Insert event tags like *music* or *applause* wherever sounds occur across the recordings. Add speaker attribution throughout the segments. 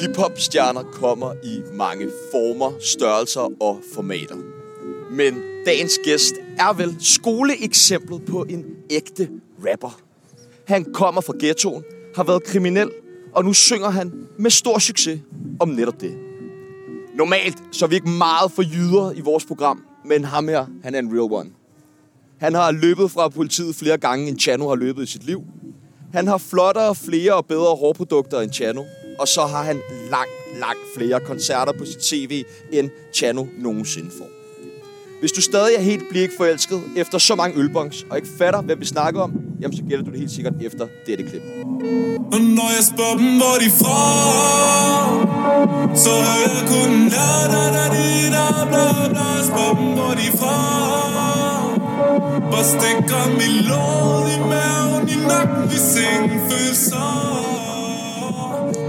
Speaker 1: Hip-hop-stjerner kommer i mange former, størrelser og formater. Men dagens gæst er vel skoleeksemplet på en ægte rapper. Han kommer fra ghettoen, har været kriminel, og nu synger han med stor succes om netop det. Normalt så er vi ikke meget for jyder i vores program, men ham her, han er en real one. Han har løbet fra politiet flere gange, end Chano har løbet i sit liv. Han har flottere, flere og bedre hårprodukter end Chano. Og så har han langt, langt flere koncerter på sit tv, end Chano nogensinde får. Hvis du stadig er helt blikforelsket efter så mange ølbongs, og ikke fatter, hvad vi snakker om, jamen så gælder du det helt sikkert efter dette klip.
Speaker 2: Og når jeg spørger dem, hvor de er fra Så hører jeg kun la da da di da bla bla Jeg spørger dem, hvor de er fra Hvor stikker min låd i maven i nakken Vi sengen følelser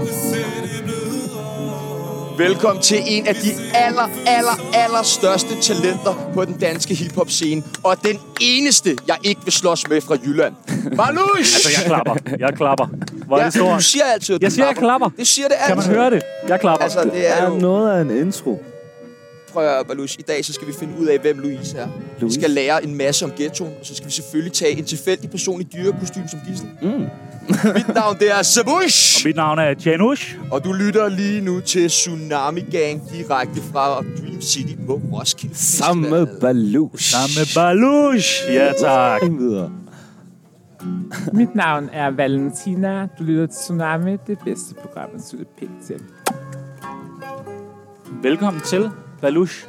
Speaker 2: Det ser det bløder
Speaker 1: Velkommen til en af de aller, aller, aller største talenter på den danske hiphop-scene. Og den eneste, jeg ikke vil slås med fra Jylland. Marlush! altså,
Speaker 3: Jeg klapper. Jeg klapper. Hvor er det
Speaker 1: ja,
Speaker 3: stort.
Speaker 1: du siger altid, at du
Speaker 3: Jeg siger, jeg klapper.
Speaker 1: Det siger det altid.
Speaker 3: Kan man høre det? Jeg klapper.
Speaker 1: Altså, det er
Speaker 4: er
Speaker 1: jo...
Speaker 4: noget af en intro.
Speaker 1: Prøv at høre, Balush. I dag så skal vi finde ud af, hvem Louise er. Vi
Speaker 4: Louise.
Speaker 1: skal lære en masse om ghettoen, og så skal vi selvfølgelig tage en tilfældig person i dyrekostym som gissel. Mm. *laughs* Mit navn det er Sabush,
Speaker 3: Mit navn er Janusz.
Speaker 1: og du lytter lige nu til Tsunami Gang direkte fra Dream City på Roskilde Festival.
Speaker 4: Samme balus.
Speaker 3: Samme Balush. Ja, tak.
Speaker 4: videre.
Speaker 5: Mit navn er Valentina. Du lytter til Tsunami, det bedste program, at slutte pænt til.
Speaker 3: Velkommen til Balush.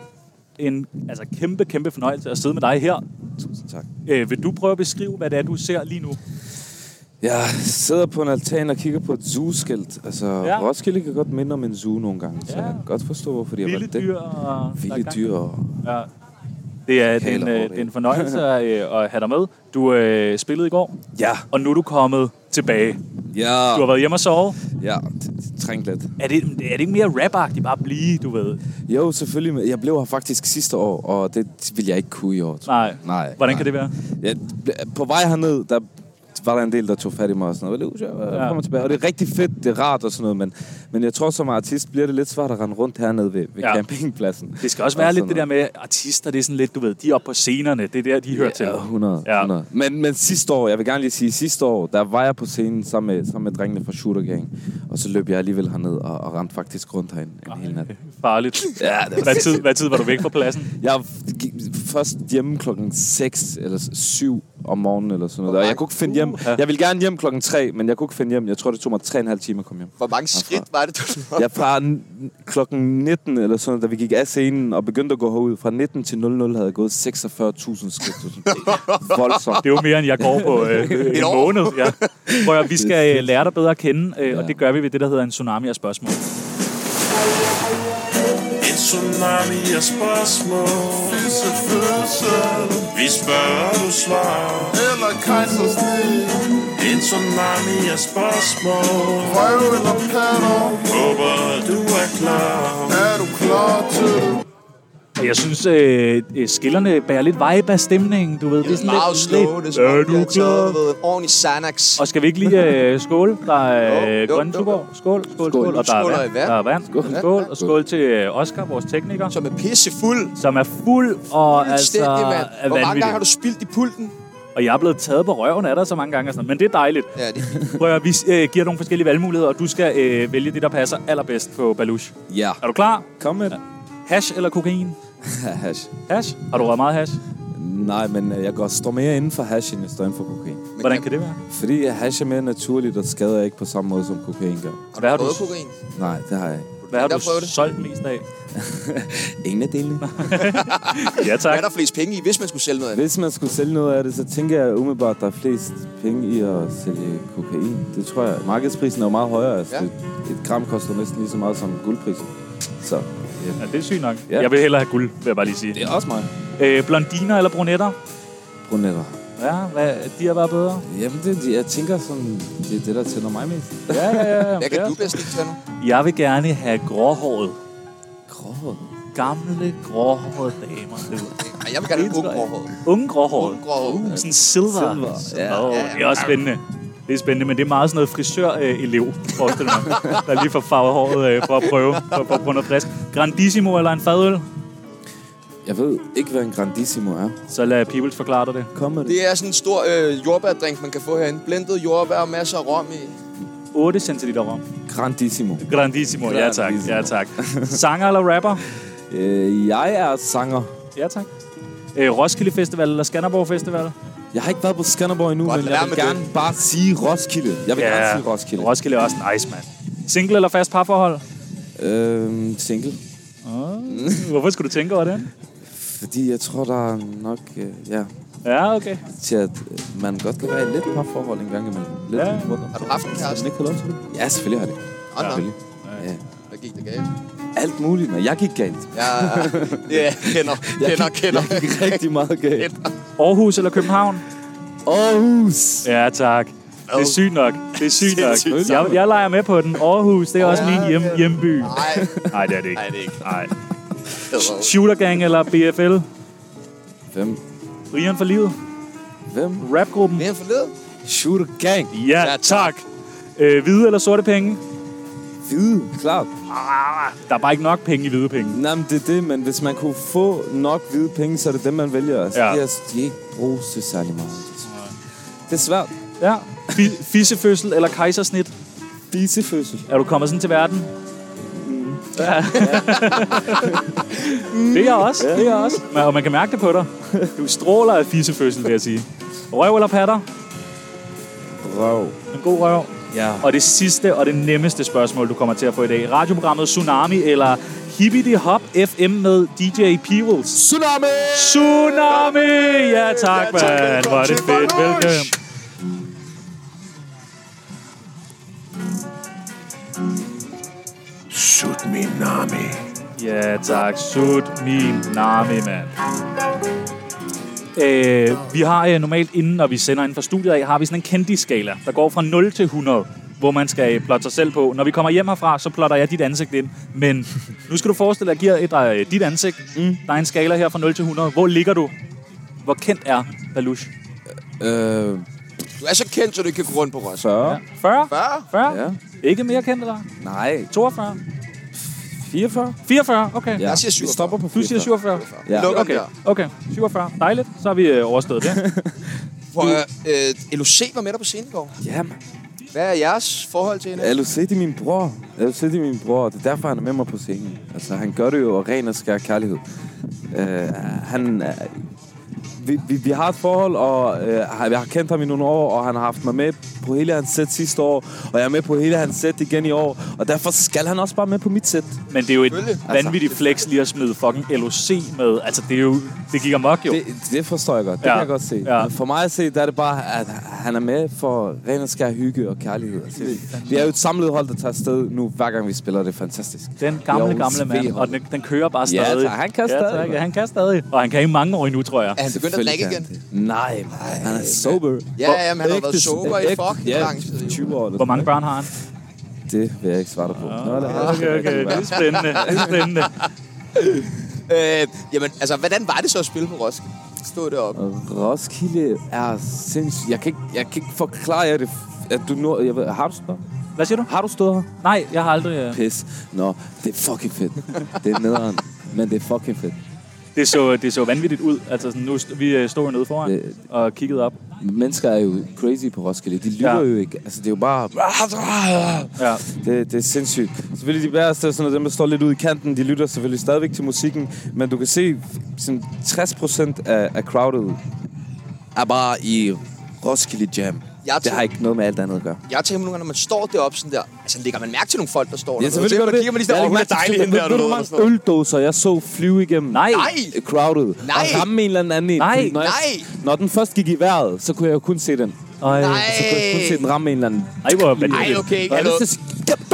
Speaker 3: En altså, kæmpe, kæmpe fornøjelse at sidde med dig her.
Speaker 4: Tusind tak.
Speaker 3: Øh, vil du prøve at beskrive, hvad det er, du ser lige nu?
Speaker 4: Jeg sidder på en altan og kigger på et zooskilt. Altså,
Speaker 3: Ja.
Speaker 4: ja. Roskilde kan godt minde om en zoo nogle gange, så
Speaker 3: Ja.
Speaker 4: ja. jeg kan godt forstå, hvorfor de har
Speaker 3: Vilde
Speaker 4: valgt det.
Speaker 3: dyr og... der er
Speaker 4: Vilde
Speaker 3: gang-
Speaker 4: dyr. og-
Speaker 3: Ja. Det er, den,
Speaker 4: Kæler over
Speaker 3: øh, det
Speaker 4: det
Speaker 3: er en
Speaker 4: hele.
Speaker 3: fornøjelse at, øh, at have dig med. Du øh, spillede i går,
Speaker 4: Ja,
Speaker 3: og nu er du kommet tilbage.
Speaker 4: ja,
Speaker 3: Du har været hjemme og sove.
Speaker 4: ja. det- det Trængt lidt.
Speaker 3: Er det, er det ikke mere rapagtigt bare at blive, du ved?
Speaker 4: Jo, selvfølgelig. men Jeg blev her faktisk sidste år, og det vil jeg ikke kunne i år. tror jeg.
Speaker 3: Nej.
Speaker 4: Nej.
Speaker 3: Hvordan
Speaker 4: nej.
Speaker 3: kan det være?
Speaker 4: Ja, på vej herned, der var der en del, der tog fat i mig og sådan noget. Jeg
Speaker 3: Ja.
Speaker 4: ja. kommer tilbage. Og det er rigtig fedt, det er rart og sådan noget, men, men jeg tror, som artist bliver det lidt svært at rende rundt hernede ved, ved
Speaker 3: Ja.
Speaker 4: ja. campingpladsen.
Speaker 3: Det skal også være
Speaker 4: Og
Speaker 3: lidt
Speaker 4: sådan
Speaker 3: det der med artister, det er sådan lidt, du ved, de er oppe på scenerne, det er der, de hører til.
Speaker 4: Ja, 100.
Speaker 3: Ja.
Speaker 4: Ja. 100. Men, men sidste år, jeg vil gerne lige sige, sidste år, der var jeg på scenen sammen med, sammen med drengene fra Shooter Gang, og så løb jeg alligevel herned og, og ramte faktisk rundt herinde en hel nat.
Speaker 3: Farligt.
Speaker 4: Ja, det var
Speaker 3: Hvad tid, hvad tid var du væk fra pladsen?
Speaker 4: Jeg f- gik først hjemme klokken 6 eller 7 om morgenen eller sådan noget. Og jeg kunne ikke finde hjem. Jeg ville gerne hjem klokken 3, men jeg kunne ikke finde hjem. Jeg tror, det tog mig 3,5 timer at komme hjem.
Speaker 1: Hvor
Speaker 3: Altså.
Speaker 1: mange skridt var det, du
Speaker 4: Jeg fra n- klokken 19 eller sådan noget, da vi gik af scenen og begyndte at gå herud. Fra 19 til 00 havde jeg gået 46.000 skridt. Det er Voldsomt.
Speaker 3: Det er jo mere, end jeg går på øh, øh, en
Speaker 1: år.
Speaker 3: måned. Ja. Prøv at, høre, vi skal øh, lære dig bedre at kende, øh, og
Speaker 4: Ja.
Speaker 3: det gør vi ved det, der hedder en tsunami af spørgsmål.
Speaker 2: En tsunami af spørgsmål Følelse, følelse Vi spørger, du svarer Eller kejsersnit En tsunami af spørgsmål Røv eller planer Håber, du er klar Er du klar til
Speaker 3: Og Jeg synes, øh, øh, skillerne bærer lidt vibe af stemningen, du ved. Det,
Speaker 1: Det er meget slow, det er som om,
Speaker 3: er
Speaker 1: de har
Speaker 3: du
Speaker 1: taget
Speaker 3: klar?
Speaker 1: ved en ordentlig Xanax.
Speaker 3: Og skal vi ikke lige øh, skåle? Der er
Speaker 1: Jo,
Speaker 3: øh,
Speaker 1: jo,
Speaker 3: grønne
Speaker 1: jo,
Speaker 3: tuborg.
Speaker 1: jo.
Speaker 3: Skål, skål, skål. Og der
Speaker 1: Skåler
Speaker 3: er
Speaker 1: i
Speaker 3: vand.
Speaker 1: vand.
Speaker 3: Der er vand. Skål.
Speaker 4: Skål.
Speaker 3: skål. Og skål til øh, Oscar, vores tekniker,
Speaker 1: Som er pissefuld.
Speaker 3: som er fuld og altså
Speaker 1: Fuldstændig, mand.
Speaker 3: er
Speaker 1: Hvor mange
Speaker 3: vanvittig.
Speaker 1: gange har du spildt i pulten?
Speaker 3: Og jeg er blevet taget på røven af dig så mange gange. Og sådan. noget. Men det er dejligt.
Speaker 1: Ja, det er fint.
Speaker 3: Prøv at, høre, vi øh, giver nogle forskellige valgmuligheder, og du skal øh, vælge det, der passer allerbedst på Balush.
Speaker 4: Ja.
Speaker 3: Er du klar?
Speaker 4: Kom med.
Speaker 3: Hash eller kokain?
Speaker 4: Hash.
Speaker 3: Hash? Har du røget meget hash?
Speaker 4: Nej, men øh, jeg går, står mere inden for hash, end jeg står inden for kokain.
Speaker 3: Hvordan kan det være?
Speaker 4: Fordi hash er mere naturligt og skader ikke på samme måde, som kokain gør.
Speaker 3: Hvad har du,
Speaker 1: Prøvet kokain?
Speaker 4: Nej, det har jeg ikke.
Speaker 3: hvad har
Speaker 1: Jeg
Speaker 3: du
Speaker 1: prøver det.
Speaker 3: solgt mest af?
Speaker 4: Ingen af delene.
Speaker 3: Ja,
Speaker 1: Hvad
Speaker 3: tak.
Speaker 1: er der flest penge i, hvis man skulle sælge noget af det?
Speaker 4: Hvis man skulle sælge noget af det, så tænker jeg umiddelbart, at der er flest penge i at sælge kokain. Det tror jeg. Markedsprisen er jo meget højere. Altså,
Speaker 1: Ja.
Speaker 4: ja. Et gram koster næsten lige så meget som guldprisen. Så ja.
Speaker 3: Ja, det er sygt nok.
Speaker 4: Ja.
Speaker 3: Jeg vil hellere have guld, vil jeg bare lige sige.
Speaker 4: det er også mig.
Speaker 3: Øh, blondiner eller brunetter?
Speaker 4: Brunetter.
Speaker 3: Ja, hvad, de er bare bedre.
Speaker 4: Jamen, det, jeg tænker sådan, det er det, der tænder mig mest.
Speaker 3: Ja, ja, ja.
Speaker 1: *laughs* Hvad kan du bedst lide, Tjerno?
Speaker 3: Jeg vil gerne have gråhåret.
Speaker 4: Grå.
Speaker 3: Gamle, gråhårede damer. du.
Speaker 1: Ej, jeg vil gerne have unge gråhåret.
Speaker 3: Unge gråhåret.
Speaker 1: Unge gråhåret.
Speaker 3: Uh, sådan silver.
Speaker 4: Silver,
Speaker 3: Ja, oh, Det er også spændende. Det er spændende, men det er meget sådan noget frisør-elev, forestiller jeg mig, *laughs* der lige får farvet håret øh, for at prøve for, for at prøve noget frisk. Grandissimo eller en fadøl?
Speaker 4: Jeg ved ikke, hvad en Grandissimo er.
Speaker 3: Så lad Peoples forklare dig det.
Speaker 4: Kom med det.
Speaker 1: Det er sådan en stor øh, jordbærdrink, man kan få herinde. Blendet jordbær og masser af rom i. Ah,
Speaker 3: 8 centiliter rom.
Speaker 4: Grandissimo.
Speaker 3: Grandissimo, ja tak. Ja, tak. Sanger eller rapper?
Speaker 4: Øh, jeg er sanger.
Speaker 3: Ja tak. Øh, Roskilde Festival eller Skanderborg Festival?
Speaker 4: Jeg har ikke været på Skanderborg endnu,
Speaker 1: Godt,
Speaker 4: men
Speaker 1: lad
Speaker 4: jeg vil
Speaker 1: være med
Speaker 4: gerne det. bare sige Roskilde. Jeg vil gerne sige Roskilde.
Speaker 3: Roskilde er også nice, mand. Single eller fast parforhold?
Speaker 4: Øhm, single.
Speaker 3: Hvorfor skulle du tænke over det?
Speaker 4: Fordi jeg tror, der er nok øh, ja,
Speaker 3: Ja, okay.
Speaker 4: til, at øh, man godt kan være i lidt parforhold en gang imellem. Lidt
Speaker 3: Ja.
Speaker 4: rundt om.
Speaker 1: Har du haft en kæreste?
Speaker 4: ikke fået lov til det? Ja, selvfølgelig har jeg det.
Speaker 1: Åh, nej.
Speaker 4: Selvfølgelig. Ja.
Speaker 1: Der gik det galt.
Speaker 4: Alt muligt, men *laughs* jeg gik galt.
Speaker 1: Ja, ja, kender, kender, kender.
Speaker 4: Jeg *laughs* gik rigtig meget galt.
Speaker 3: Aarhus eller København?
Speaker 4: Aarhus!
Speaker 3: Ja, tak. Det er sygt nok. Det er sygt nok.
Speaker 4: Sindssygt.
Speaker 3: Jeg, jeg leger med på den. Aarhus, det er også min hjem, hjemby.
Speaker 1: Nej,
Speaker 3: Nej, det er det ikke.
Speaker 1: nej, det er ikke.
Speaker 3: Nej.
Speaker 1: Bedre.
Speaker 3: Shooter Gang eller BFL?
Speaker 4: Hvem?
Speaker 3: Brian for livet?
Speaker 4: Hvem?
Speaker 3: Rapgruppen?
Speaker 1: Det er forleden.
Speaker 4: Shooter gang.
Speaker 3: Ja, tak. Øh, hvide eller sorte penge?
Speaker 4: Hvide, klart.
Speaker 3: Der er bare ikke nok penge i hvide penge.
Speaker 4: Nej, men det er det, men hvis man kunne få nok hvide penge, så er det dem, man vælger. Altså,
Speaker 3: Ja.
Speaker 4: ja. De, er, de er ikke bruges til særlig meget. Det er svært.
Speaker 3: Ja. Fi- fissefødsel eller kejsersnit?
Speaker 4: Disefødsel.
Speaker 3: Er du kommet sådan til verden? Mm. Ja. *laughs* det er jeg også. Det er jeg også. Men- Og man kan mærke det på dig. Du stråler af fissefødsel, vil jeg sige. Røv eller patter?
Speaker 4: Røv.
Speaker 3: En god røv.
Speaker 4: Ja.
Speaker 3: Og det sidste og det nemmeste spørgsmål, du kommer til at få i dag. Radioprogrammet Tsunami eller Hippity Hop FM med DJ Peebles.
Speaker 4: Tsunami!
Speaker 3: Tsunami! Ja tak, mand. Hvor er det fedt. Velkommen.
Speaker 2: Shoot me, Nami.
Speaker 3: Ja tak, sut min nami, mand. Øh, vi har øh, normalt inden, når vi sender ind fra studiet af, har vi sådan en kendisskala, der går fra 0 til 100, hvor man skal øh, plotte sig selv på. Når vi kommer hjem herfra, så plotter jeg dit ansigt ind. Men nu skal du forestille dig, at jeg giver et, øh, dit ansigt. Mm. Der er en skala her fra 0 til 100. Hvor ligger du? Hvor kendt er Balush?
Speaker 4: Øh,
Speaker 1: Du er så kendt, så du ikke kan gå rundt på Roskilde.
Speaker 4: 40.
Speaker 3: 40?
Speaker 1: 40?
Speaker 3: 40? Ja.
Speaker 4: Ja.
Speaker 3: Ikke mere kendt, eller?
Speaker 4: Nej.
Speaker 3: 42?
Speaker 4: 44.
Speaker 3: 44? Okay.
Speaker 4: Ja.
Speaker 1: Jeg siger 47.
Speaker 4: Vi stopper på 44.
Speaker 3: Du siger 47?
Speaker 4: Ja.
Speaker 1: Vi lukker
Speaker 3: Okay,
Speaker 1: der.
Speaker 3: okay. 47. Dejligt. Så har vi øh, overstået
Speaker 4: *laughs*
Speaker 3: det.
Speaker 1: Prøv, at høre, øh, LOC var med dig på scenen i går.
Speaker 4: Ja, man.
Speaker 1: Hvad er jeres forhold til hende?
Speaker 4: Er du set i min bror? Er du set i min bror? Det er derfor, han er med mig på scenen. Altså, han gør det jo af ren og skær kærlighed. Øh, han... er- vi, vi, vi har et forhold, og øh, jeg har kendt ham i nogle år, og han har haft mig med på hele hans sæt sidste år, og jeg er med på hele hans sæt igen i år, og derfor skal han også bare med på mit sæt.
Speaker 3: Men det er jo et
Speaker 1: Selvfølgelig.
Speaker 4: Altså-
Speaker 3: vanvittigt flex lige at smide fucking LOC med. Altså, det er jo... Det gik amok, jo.
Speaker 4: Det, det forstår jeg godt, det
Speaker 3: Ja.
Speaker 4: ja. kan jeg godt se.
Speaker 3: Ja.
Speaker 4: Ja. For mig at se, der er det bare, at han er med for ren og skær hygge og kærlighed. Altså, vi er jo et samlet hold, der tager afsted nu, hver gang vi spiller, det er fantastisk.
Speaker 3: Den gamle,
Speaker 4: Jo,
Speaker 3: gamle mand.
Speaker 4: V-holdet.
Speaker 3: Og den, den kører bare
Speaker 4: Ja,
Speaker 3: stadig.
Speaker 4: tak. Han kan
Speaker 3: ja,
Speaker 4: stadig,
Speaker 3: Tak, ja,
Speaker 4: mand.
Speaker 3: han kan stadig. Og han kan i mange år endnu, tror jeg.
Speaker 1: Er han begyndt at drikke igen?
Speaker 4: Nej, man. han er sober.
Speaker 1: Ja, ja, men han har været
Speaker 4: Ægte-
Speaker 1: sober i
Speaker 4: ægte-
Speaker 1: fucking
Speaker 4: ja,
Speaker 1: lang tid.
Speaker 4: 20 år. eller
Speaker 3: Hvor mange
Speaker 4: sådan
Speaker 3: børn har han?
Speaker 4: noget. Det vil jeg ikke svare dig på. Nå, lad os-
Speaker 3: Okay, okay. Det er spændende. Det er spændende.
Speaker 1: Øh, jamen, altså, hvordan var det så at spille på Roskilde? Stod det op.
Speaker 4: Roskilde er sindssygt. Jeg kan ikke, jeg kan ikke forklare jer det. At du nu, jeg ved, har du stået?
Speaker 3: Hvad siger du?
Speaker 4: Har du stået her?
Speaker 3: Nej, jeg har aldrig... øh,
Speaker 4: Pis. Nå, det er fucking fedt. Det er nederen. Men det er fucking fedt.
Speaker 3: Det så, det så vanvittigt ud. Altså, sådan, nu st- vi øh, stod jo nede foran
Speaker 4: Det-
Speaker 3: og kiggede op.
Speaker 4: Mennesker er jo crazy på Roskilde. De lytter
Speaker 3: Ja.
Speaker 4: ja. jo ikke. Altså, det er jo bare...
Speaker 3: Ja.
Speaker 4: Det, det er sindssygt. Selvfølgelig de værste, er sådan noget, dem der står lidt ude i kanten, de lytter selvfølgelig stadigvæk til musikken, men du kan se, sådan 60% af, af crowdet er bare i Roskilde Jam.
Speaker 1: Jeg er
Speaker 4: det
Speaker 1: til-
Speaker 4: har ikke noget med alt andet at gøre.
Speaker 1: Jeg tænker nogle gange, når man står deroppe sådan der, altså lægger man mærke til nogle folk, der står der.
Speaker 4: gør
Speaker 1: man
Speaker 4: det.
Speaker 1: kigger man lige sådan,
Speaker 4: Jeg
Speaker 1: åh, hun
Speaker 4: lægger
Speaker 1: er
Speaker 4: mærke til-
Speaker 1: dejlig hende der,
Speaker 4: Ved
Speaker 1: du
Speaker 4: du,
Speaker 1: ved.
Speaker 4: hvor
Speaker 1: og sådan
Speaker 4: mange øldåser jeg så flyve igennem?
Speaker 3: Nej!
Speaker 1: Nej!
Speaker 4: Crowdet.
Speaker 1: Nej!
Speaker 4: Og ramme en eller anden anden.
Speaker 3: Nej!
Speaker 4: Fordi Når, jeg,
Speaker 1: Nej!
Speaker 4: når den først gik i vejret, så kunne jeg jo kun se den.
Speaker 3: Ej,
Speaker 1: Nej.
Speaker 4: Så kunne jeg kun se den ramme en eller anden.
Speaker 3: øh, Ej hvor
Speaker 1: noget. Ej,
Speaker 3: vanvittigt.
Speaker 1: okay. Kan
Speaker 4: Og jeg
Speaker 1: du,
Speaker 4: har lyst til at sige,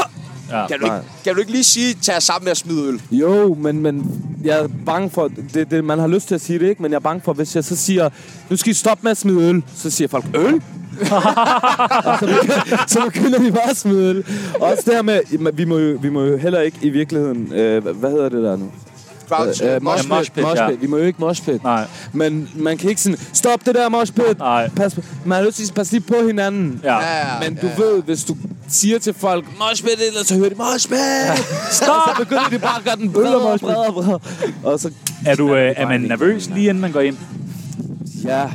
Speaker 3: Ja.
Speaker 1: kan, du ikke, kan du ikke lige sige, tag jer sammen med at smide øl?
Speaker 4: Jo, men, men jeg er bange for... Det, det, man har lyst til at sige det, ikke? Men jeg er bange for, hvis jeg så siger... Nu skal I stoppe med at smide øl. Så siger folk,
Speaker 3: *laughs*
Speaker 4: øl? Og så, begynder, så begynder de bare at smide øl. Også det her med... jamen, Vi må jo, vi må jo heller ikke i virkeligheden... Øh, hvad hedder det der nu?
Speaker 1: Crowd, øh,
Speaker 4: mosh
Speaker 3: Ja, mosh
Speaker 4: pit,
Speaker 3: pit,
Speaker 4: mosh
Speaker 3: ja.
Speaker 4: pit. Vi må jo ikke moshpit.
Speaker 3: Nej.
Speaker 4: Men man kan ikke sådan, stop det der moshpit.
Speaker 3: Nej.
Speaker 4: Pas på. Man har lyst til at passe lige på hinanden.
Speaker 3: Ja.
Speaker 1: ja,
Speaker 4: Men du ved, hvis du siger til folk, moshpit, eller så hører de, moshpit! Stop! *laughs* Så begynder de bare at gøre den bredere og bredere og bredere. Og så,
Speaker 3: Er, du, øh, er man nervøs lige inden man går ind?
Speaker 4: ja.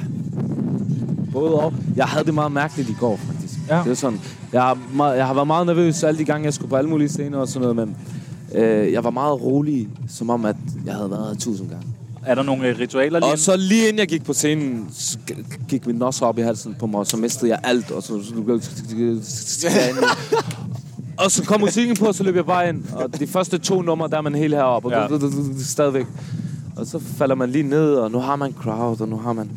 Speaker 4: Både og. Jeg havde det meget mærkeligt i går, faktisk.
Speaker 3: Ja.
Speaker 4: Det er sådan, jeg, har meget, jeg har været meget nervøs alle de gange, jeg skulle på alle mulige scener og sådan noget, men øh, jeg var meget rolig, som om, at jeg havde været her tusind gange.
Speaker 3: Er der nogle øh, ritualer lige
Speaker 4: Og så lige inden jeg gik på scenen, sk- gik min nos op i halsen på mig, og så mistede jeg alt, og så, så blev
Speaker 3: *laughs*
Speaker 4: Og så kom musikken på, og så løb jeg bare ind. Og de første to numre, der er man helt heroppe, og
Speaker 3: Ja.
Speaker 4: stadigvæk. Og så falder man lige ned, og nu har man crowd, og nu har man...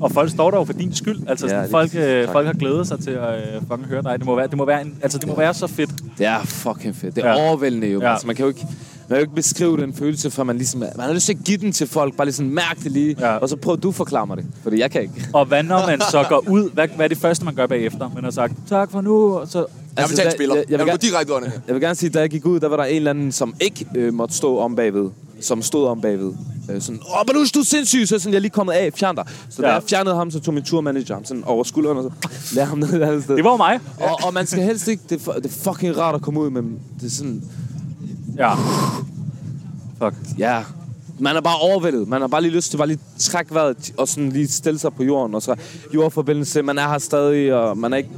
Speaker 3: Og folk står der jo for din skyld. Altså,
Speaker 4: Ja,
Speaker 3: sådan,
Speaker 4: lige
Speaker 3: folk,
Speaker 4: præcis.
Speaker 3: øh,
Speaker 4: Tak.
Speaker 3: folk har glædet sig til at øh, fucking høre dig. Det må være, det må være, en, altså, det må være så fedt.
Speaker 4: Det er fucking fedt. Det er
Speaker 3: Ja.
Speaker 4: ja. overvældende jo.
Speaker 3: Ja.
Speaker 4: Ja. Altså, man kan jo ikke... Man kan jo ikke beskrive den følelse, for man ligesom... Man har lyst til at give den til folk, bare lige sådan, mærk det lige,
Speaker 3: Ja.
Speaker 4: ja. og så prøv du at forklare mig det, fordi jeg kan ikke.
Speaker 3: Og hvad når man så går ud? Hvad, hvad er det første, man gør bagefter? Man har sagt, tak for nu, og så...
Speaker 1: jeg vil tage en
Speaker 4: der-
Speaker 1: spiller. Jeg, jeg,
Speaker 4: vil
Speaker 1: vil
Speaker 4: gerne-
Speaker 1: gå direkte under her.
Speaker 4: Altså, Jeg vil gerne sige, at da jeg gik ud, der var der en eller anden, som ikke øh, måtte stå om bagved. Som stod om bagved. Øh, sådan, åh, men nu er du sindssyg, så er sådan, jeg er lige kommet af, fjern dig. Så ja.
Speaker 3: Ja.
Speaker 4: da jeg fjernede ham, så tog min turmanager ham sådan over skulderen, og så *laughs* lagde ham ned et andet sted.
Speaker 3: Det var jo mig.
Speaker 4: og, og man skal helst ikke, det er, fu- det er fucking rart at komme ud, men det er sådan,
Speaker 3: Ja. Fuck.
Speaker 4: ja, man er bare overvældet. Man har bare lige lyst til bare lige trække vejret og sådan lige stille sig på jorden. Og så jordforbindelse, man er her stadig, og man er ikke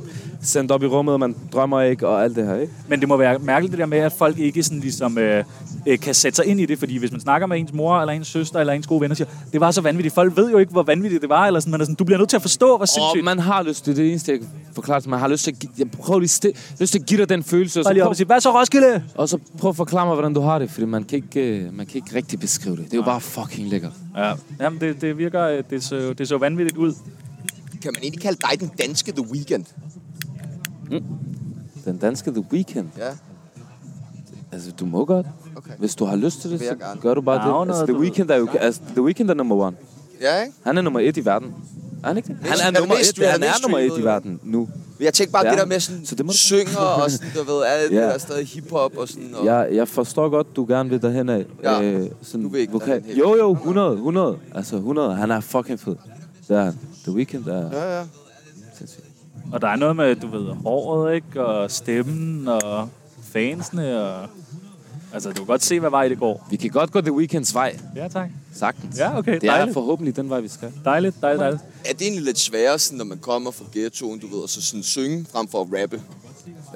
Speaker 4: sendt op i rummet, og man drømmer ikke, og alt det her, ikke?
Speaker 3: Men det må være mærkeligt det der med, at folk ikke sådan ligesom, øh, øh, kan sætte sig ind i det, fordi hvis man snakker med ens mor, eller ens søster, eller ens gode venner, siger, det var så vanvittigt. Folk ved jo ikke, hvor vanvittigt det var, eller sådan, man er sådan, du bliver nødt til at forstå, hvor
Speaker 4: Og
Speaker 3: sindssygt.
Speaker 4: man har lyst til det, er det eneste, jeg kan forklare til Man har lyst til at, gi- jeg prøver lige sti- lyst til at give dig den følelse, og
Speaker 3: Bare
Speaker 4: så,
Speaker 3: lige op og
Speaker 4: prøv,
Speaker 3: sige, hvad så Roskilde?
Speaker 4: og så prøv at forklare mig, hvordan du har det, fordi man kan ikke, øh, man kan ikke rigtig beskrive det. Det er jo bare fucking lækkert.
Speaker 3: Ja. Jamen, det, det virker, øh, det så, det så vanvittigt ud.
Speaker 1: Kan man egentlig kalde dig den danske The Weeknd?
Speaker 4: Den danske The Weeknd,
Speaker 1: Ja,
Speaker 4: altså du må godt.
Speaker 1: okay.
Speaker 4: Hvis du har lyst til det,
Speaker 1: vil jeg
Speaker 4: så
Speaker 1: gerne.
Speaker 4: gør du bare
Speaker 3: Ja,
Speaker 4: det.
Speaker 3: noget,
Speaker 4: Altså, The
Speaker 3: du ved.
Speaker 4: Weeknd er jo altså, The Weeknd er nummer one.
Speaker 1: Ja, ikke?
Speaker 4: Han er nummer et i verden. Er han ikke det?
Speaker 1: er
Speaker 4: Han
Speaker 1: det
Speaker 4: er nummer
Speaker 1: mest
Speaker 4: et, han
Speaker 1: streamede,
Speaker 4: er nummer et i
Speaker 1: jo.
Speaker 4: verden nu.
Speaker 1: Men Jeg tænkte bare
Speaker 4: Ja.
Speaker 1: det der med sådan,
Speaker 4: Så
Speaker 1: så
Speaker 4: det
Speaker 1: det
Speaker 4: må du-
Speaker 1: synger og sådan, du ved, alt
Speaker 4: Ja.
Speaker 1: det der stadig hiphop og sådan. Og,
Speaker 4: Jeg, jeg forstår godt, du gerne vil derhen af. Øh,
Speaker 1: Ja,
Speaker 4: sådan
Speaker 1: du vil ikke
Speaker 4: vokal.
Speaker 1: derhenad.
Speaker 4: Jo, jo, 100, 100. Altså 100, han er fucking fed. Det er han. The Weeknd er
Speaker 1: ja, ja.
Speaker 4: sindssygt.
Speaker 3: Og der er noget med, du ved, håret, ikke? Og stemmen, og fansene, og... Altså, du kan godt se, hvad vej det går.
Speaker 4: Vi kan godt gå The Weekends vej,
Speaker 3: Ja, tak.
Speaker 4: sagtens.
Speaker 3: Ja, okay,
Speaker 4: Det er
Speaker 3: dejligt.
Speaker 4: forhåbentlig den vej, vi skal.
Speaker 3: Dejligt, dejligt, dejligt.
Speaker 1: Er det egentlig lidt sværere, sådan, når man kommer fra ghettoen, du ved, og så sådan synge frem for at rappe?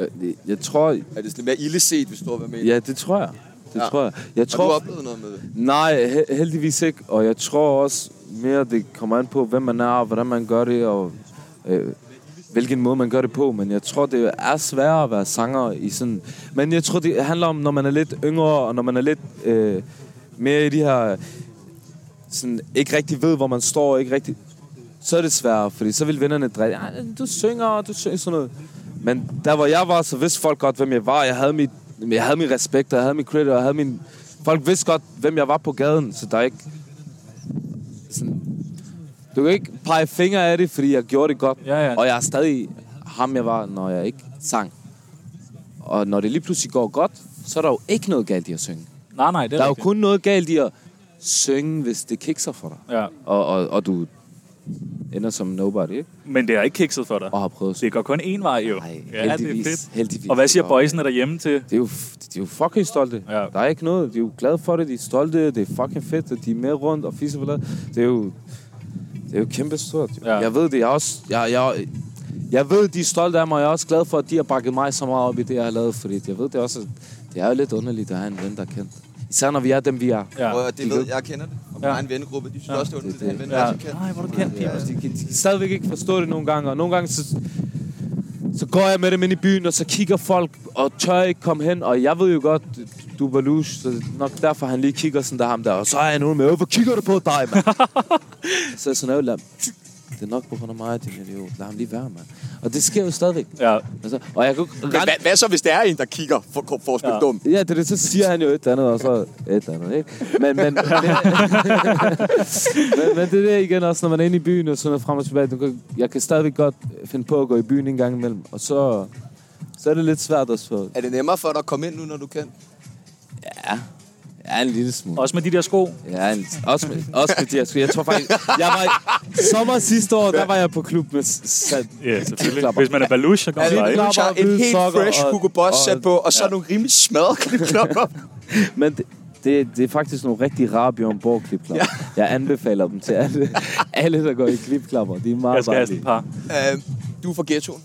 Speaker 4: Øh, det- Jeg tror...
Speaker 1: Er det sådan lidt mere illeset, hvis du har været med?
Speaker 4: Ja, det tror jeg. Det
Speaker 1: Ja.
Speaker 4: tror jeg. Jeg
Speaker 1: Har du
Speaker 4: tror...
Speaker 1: oplevet noget med det?
Speaker 4: Nej, he- heldigvis ikke. Og jeg tror også mere, det kommer an på, hvem man er, og hvordan man gør det, og øh, hvilken måde man gør det på. Men jeg tror, det er sværere at være sanger i sådan... Men jeg tror, det handler om, når man er lidt yngre, og når man er lidt øh, mere i de her... Sådan, ikke rigtig ved, hvor man står, og ikke rigtig... Så er det sværere, fordi så vil vennerne dreje... "Ej, Du synger, og du synger sådan noget. Men der, hvor jeg var, så vidste folk godt, hvem jeg var. Jeg havde mit, jeg havde min respekt, og jeg havde min credit, og jeg havde min... Folk vidste godt, hvem jeg var på gaden, så der er ikke... Sådan, du kan ikke pege fingre af det, fordi jeg gjorde det godt.
Speaker 3: Ja, ja.
Speaker 4: Og jeg er stadig ham, jeg var, når jeg ikke sang. Og når det lige pludselig går godt, så er der jo ikke noget galt i at synge.
Speaker 3: Nej, nej, det er
Speaker 4: Der er jo
Speaker 3: rigtigt.
Speaker 4: kun noget galt i at synge, hvis det kikser for dig.
Speaker 3: Ja.
Speaker 4: Og, og, og du ender som nobody, ikke?
Speaker 3: Men det er ikke kikset for dig.
Speaker 4: Og har prøvet at synge.
Speaker 3: Det går kun én vej, jo.
Speaker 4: Nej,
Speaker 3: ja,
Speaker 4: heldigvis,
Speaker 3: det er fedt.
Speaker 4: heldigvis.
Speaker 3: Og hvad siger
Speaker 4: Det går-
Speaker 3: boysene derhjemme til?
Speaker 4: Det er jo, de er jo fucking stolte.
Speaker 3: Ja.
Speaker 4: Der er ikke noget. De er jo glade for det. De er stolte. Det er fucking fedt. Og de er med rundt og fisse på det. Det er jo, det er jo kæmpe stort.
Speaker 3: Ja.
Speaker 4: Ja. Jeg ved det. Jeg, er også, jeg, jeg, jeg ved, de er stolte af mig. og Jeg er også glad for, at de har bakket mig så meget op i det, jeg har lavet. Fordi jeg ved det også. at Det er jo lidt underligt at have en ven, der er kendt. Især når vi er dem, vi er.
Speaker 3: Ja.
Speaker 1: Ja. Og det ved jeg, kender det. Og min
Speaker 3: Ja.
Speaker 1: egen vennegruppe, de synes
Speaker 3: Ja.
Speaker 1: også, det er underligt,
Speaker 4: Det-
Speaker 1: at han
Speaker 4: det-
Speaker 1: venner,
Speaker 3: Ja.
Speaker 1: også kan.
Speaker 3: Nej, hvor er du kendt, ja.
Speaker 4: De kan, de kan stadigvæk ikke forstå det nogle gange, og nogle gange så, så går jeg med dem ind i byen, og så kigger folk og tør ikke komme hen, og jeg ved jo godt, du er Baluch, så det er nok derfor han lige kigger sådan der ham der, og så er jeg nogen med, "Øh, hvor kigger du på dig, mand? så er jeg sådan, "Øh, lad, det er nok på grund af mig, din idiot, lad ham lige være, mand. Og det sker jo stadigvæk.
Speaker 3: Ja.
Speaker 4: Altså, og jeg kan jo-
Speaker 1: Men hvad, hvad, så, hvis der er en, der kigger for, for at spille
Speaker 3: Ja.
Speaker 1: dum?
Speaker 4: Ja, det, er det, så siger han jo et eller andet, og så et eller andet, ikke? Men, men, men, men, men det er det igen også, når man er inde i byen og sådan noget frem og tilbage. Du kan, jeg kan stadigvæk godt finde på at gå i byen en gang imellem, og så, så er det lidt svært også for...
Speaker 1: Er det nemmere for dig at komme ind nu, når du kan?
Speaker 4: Ja, en lille smule.
Speaker 3: Også med de der sko.
Speaker 4: Ja, en, også, med, også med de her sko. Jeg tror faktisk... Jeg var, sommer sidste år, der var jeg på klub med... s- Sat,
Speaker 3: Ja, selvfølgelig.
Speaker 4: klapper.
Speaker 3: Hvis man er balush, så kommer
Speaker 4: Ja,
Speaker 3: der
Speaker 4: det-
Speaker 3: ikke.
Speaker 1: Altså, Du tager
Speaker 4: Knapper,
Speaker 1: en helt
Speaker 4: sokker
Speaker 1: fresh
Speaker 4: og-
Speaker 1: Hugo Boss
Speaker 4: og-
Speaker 1: sat på, og så nogle rimelig *laughs* smadret klipklapper.
Speaker 4: Men det, det, det er faktisk nogle rigtig rare Bjørn Borg klipklapper. Ja. Jeg anbefaler dem til alle, alle der går i klipklapper. De er meget
Speaker 3: Jeg skal have sådan
Speaker 4: barnlige.
Speaker 3: et par.
Speaker 1: Øh, du er fra ghettoen,